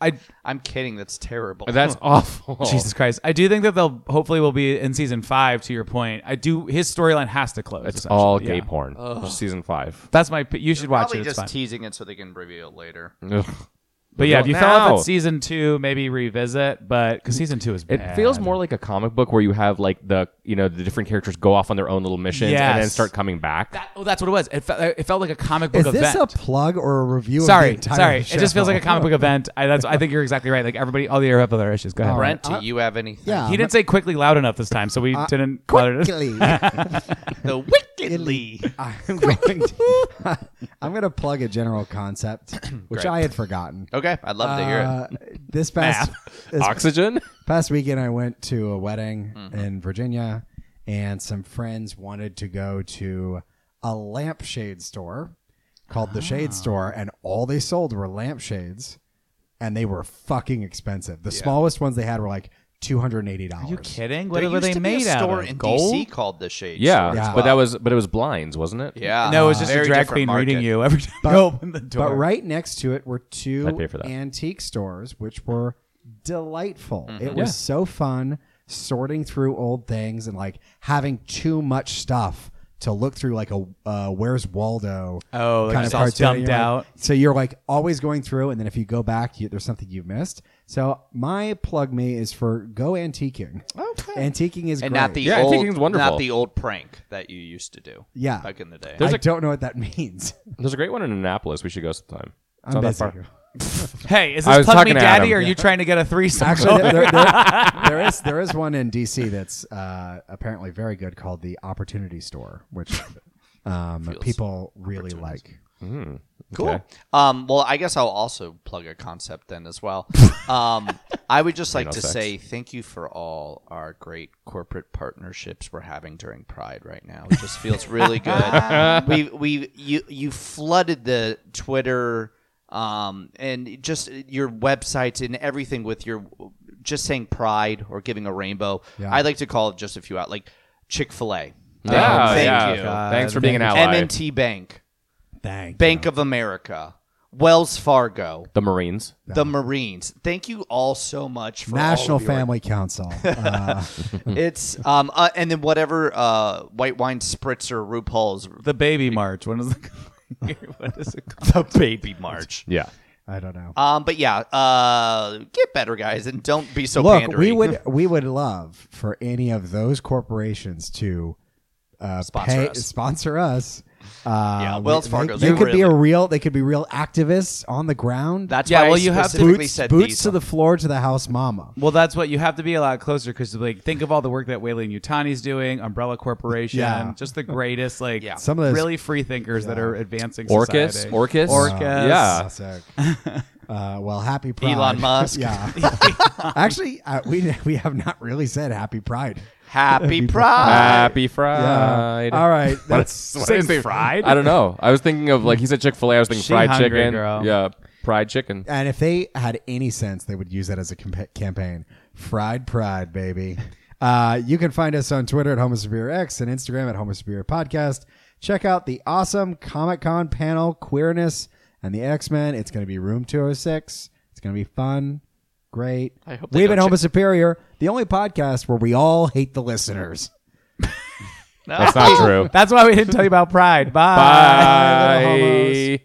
[SPEAKER 4] I
[SPEAKER 3] I'm kidding. That's terrible.
[SPEAKER 2] that's [LAUGHS] awful
[SPEAKER 4] Jesus Christ. I do think that they'll hopefully will be in season five. To your point, I do. His storyline has to close.
[SPEAKER 2] it's
[SPEAKER 4] essentially.
[SPEAKER 2] all gay
[SPEAKER 4] Yeah.
[SPEAKER 2] porn season five
[SPEAKER 4] That's my. You should watch
[SPEAKER 3] Probably
[SPEAKER 4] it. It's
[SPEAKER 3] just
[SPEAKER 4] fine.
[SPEAKER 3] teasing it so they can reveal it later.
[SPEAKER 2] Ugh.
[SPEAKER 4] but yeah, if you fell
[SPEAKER 2] now.
[SPEAKER 4] off at season two, maybe revisit. But because season two is
[SPEAKER 2] it
[SPEAKER 4] bad.
[SPEAKER 2] feels more like a comic book where you have like the you know the different characters go off on their own little missions and then
[SPEAKER 4] Yes.
[SPEAKER 2] start coming back
[SPEAKER 4] That, oh, that's what it was. It, fe- it felt like a comic book
[SPEAKER 1] Is this
[SPEAKER 4] event.
[SPEAKER 1] a plug or a review?
[SPEAKER 4] sorry,
[SPEAKER 1] of the entire
[SPEAKER 4] sorry.
[SPEAKER 1] Show?
[SPEAKER 4] It just feels like
[SPEAKER 1] [LAUGHS]
[SPEAKER 4] a comic book event. I, that's, I think you're exactly right. Like everybody, all uh, the other issues. Go ahead.
[SPEAKER 3] Brent, do you have anything?
[SPEAKER 1] Yeah.
[SPEAKER 4] He didn't say quickly loud enough this time, so we didn't. bother to-
[SPEAKER 1] Uh, Quickly.
[SPEAKER 3] [LAUGHS] The wickedly.
[SPEAKER 1] [LAUGHS] I'm going to, [LAUGHS] I'm going to plug a general concept, [CLEARS THROAT] which I had forgotten.
[SPEAKER 3] Okay, I'd love Oh, to hear it.
[SPEAKER 1] Uh, this past this
[SPEAKER 2] oxygen
[SPEAKER 1] past weekend, I went to a wedding
[SPEAKER 4] Mm-hmm.
[SPEAKER 1] in Virginia, and some friends wanted to go to a lampshade store called the
[SPEAKER 4] Ah.
[SPEAKER 1] Shade Store, and all they sold were lampshades, and they were fucking expensive. The smallest ones they had were like two hundred eighty dollars.
[SPEAKER 4] Are you kidding?
[SPEAKER 3] There
[SPEAKER 4] What were
[SPEAKER 3] used
[SPEAKER 4] they
[SPEAKER 3] to be
[SPEAKER 4] made
[SPEAKER 3] a
[SPEAKER 4] out
[SPEAKER 3] store
[SPEAKER 4] of?
[SPEAKER 3] in
[SPEAKER 4] Gold?
[SPEAKER 3] DC called the Shade.
[SPEAKER 2] yeah,
[SPEAKER 1] Yeah.
[SPEAKER 2] but that was but it was blinds wasn't it
[SPEAKER 3] Store. Yeah.
[SPEAKER 4] No, it was just
[SPEAKER 3] Very
[SPEAKER 4] a drag
[SPEAKER 3] different
[SPEAKER 4] queen
[SPEAKER 3] market.
[SPEAKER 4] reading you every time
[SPEAKER 1] But-
[SPEAKER 4] you open the door.
[SPEAKER 1] But right next to it were two
[SPEAKER 2] I'd pay for that.
[SPEAKER 1] antique stores, which were delightful.
[SPEAKER 2] Mm-hmm.
[SPEAKER 1] It was so fun sorting through old things and like having too much stuff to look through, like a uh, Where's Waldo
[SPEAKER 4] Oh, like it's all
[SPEAKER 1] cartoon. You're
[SPEAKER 4] dumped
[SPEAKER 1] like-
[SPEAKER 4] out.
[SPEAKER 1] so you're like always going through, and then if you go back, you, there's something you missed. So my plug me is for go antiquing. Okay, antiquing is
[SPEAKER 3] And
[SPEAKER 1] great.
[SPEAKER 3] not the
[SPEAKER 2] Yeah, I think
[SPEAKER 3] old,
[SPEAKER 2] it's wonderful.
[SPEAKER 3] not the old prank that you used to do.
[SPEAKER 1] Yeah.
[SPEAKER 3] back in the day.
[SPEAKER 1] I don't know what that [LAUGHS] means.
[SPEAKER 2] there's a great one in Annapolis we should go sometime It's
[SPEAKER 1] I'm
[SPEAKER 2] not that
[SPEAKER 1] busy.
[SPEAKER 2] far.
[SPEAKER 4] Hey, is
[SPEAKER 2] I was
[SPEAKER 4] this Pug Me
[SPEAKER 2] talking to
[SPEAKER 4] Daddy?
[SPEAKER 2] Adam.
[SPEAKER 4] Or are you trying to get a threesome?
[SPEAKER 1] Actually, there, there-
[SPEAKER 3] [LAUGHS]
[SPEAKER 1] there- there is there is one in DC that's uh, apparently very good called the Opportunity Store, which um, people really like.
[SPEAKER 3] Cool. Um, well, I guess I'll also plug a concept then
[SPEAKER 2] [LAUGHS]
[SPEAKER 3] as well. um, I would just like to
[SPEAKER 2] sex.
[SPEAKER 3] say thank you for all our great corporate partnerships we're having during Pride right now. It just
[SPEAKER 2] [LAUGHS]
[SPEAKER 3] feels really good. we we you you flooded the Twitter um, and just your websites and everything with your just saying Pride or giving a rainbow. I like to call it just a few out like Chick Fil A.
[SPEAKER 2] Yeah,
[SPEAKER 3] thank
[SPEAKER 2] yeah.
[SPEAKER 3] you.
[SPEAKER 2] Thanks for being an ally.
[SPEAKER 3] M&T Bank.
[SPEAKER 4] Thank
[SPEAKER 3] Bank of America, Wells Fargo,
[SPEAKER 2] the Marines.
[SPEAKER 3] the Marines. Thank you all so much for all
[SPEAKER 1] National
[SPEAKER 3] of your-
[SPEAKER 1] Family
[SPEAKER 3] [LAUGHS]
[SPEAKER 1] Council. Uh,
[SPEAKER 3] It's um uh, and then whatever uh white wine spritzer RuPaul's
[SPEAKER 4] The Baby March. What is it? what is it called?
[SPEAKER 3] the baby march.
[SPEAKER 2] Yeah.
[SPEAKER 1] I don't know.
[SPEAKER 3] Um, but yeah, uh, get better, guys, and don't be so
[SPEAKER 1] Look,
[SPEAKER 3] pandering.
[SPEAKER 1] we would we would love for any of those corporations to uh,
[SPEAKER 3] Sponsor
[SPEAKER 1] pay,
[SPEAKER 3] us.
[SPEAKER 1] sponsor us. Uh,
[SPEAKER 3] [LAUGHS] Yeah, Wells
[SPEAKER 1] we-
[SPEAKER 3] Fargo,
[SPEAKER 1] They,
[SPEAKER 3] they
[SPEAKER 1] they could be a
[SPEAKER 3] really-
[SPEAKER 1] real. They could be real activists on the ground.
[SPEAKER 3] That's
[SPEAKER 4] Yeah,
[SPEAKER 3] why I
[SPEAKER 4] well, you have to-
[SPEAKER 3] specifically
[SPEAKER 1] boots,
[SPEAKER 3] said
[SPEAKER 1] boots
[SPEAKER 3] these.
[SPEAKER 1] to the floor to the house, mama.
[SPEAKER 4] Well, that's what you have to be a lot closer because, like, think of all the work that Wayland Utani's doing, Umbrella Corporation,
[SPEAKER 1] Yeah.
[SPEAKER 4] just the greatest, like,
[SPEAKER 3] Yeah.
[SPEAKER 1] Some of those-
[SPEAKER 4] really free thinkers that are advancing
[SPEAKER 2] Orcus.
[SPEAKER 4] society.
[SPEAKER 2] Orcus.
[SPEAKER 4] Orcus.
[SPEAKER 2] Yeah.
[SPEAKER 1] Classic. [LAUGHS] Uh, well, happy Pride.
[SPEAKER 3] Uh,
[SPEAKER 1] [LAUGHS]
[SPEAKER 3] Elon Musk. [LAUGHS]
[SPEAKER 1] yeah. Actually, uh, we [LAUGHS] we have not really said Happy Pride.
[SPEAKER 3] Happy Pride.
[SPEAKER 2] Happy Friday.
[SPEAKER 1] All right. That's
[SPEAKER 4] Six fried.
[SPEAKER 2] I don't know. I was thinking of like he said Chick Fil A. I was thinking
[SPEAKER 4] She
[SPEAKER 2] fried
[SPEAKER 4] hungry,
[SPEAKER 2] chicken.
[SPEAKER 4] girl.
[SPEAKER 2] Yeah, fried chicken.
[SPEAKER 1] and if they had any sense, they would use that as a compa- campaign. Fried Pride,
[SPEAKER 3] [LAUGHS]
[SPEAKER 1] baby. Uh, you can find us on Twitter at Homo Superior X and Instagram at Homo Superior Podcast. Check out the awesome Comic Con panel, Queerness, and the X Men. It's going to be Room 206. It's going to be fun. Great. I
[SPEAKER 3] hope they
[SPEAKER 1] We've
[SPEAKER 3] don't
[SPEAKER 1] been Homo Superior, the only podcast where we all hate the listeners.
[SPEAKER 2] That's not true.
[SPEAKER 4] That's why we didn't tell you about Pride. Bye.
[SPEAKER 2] Bye.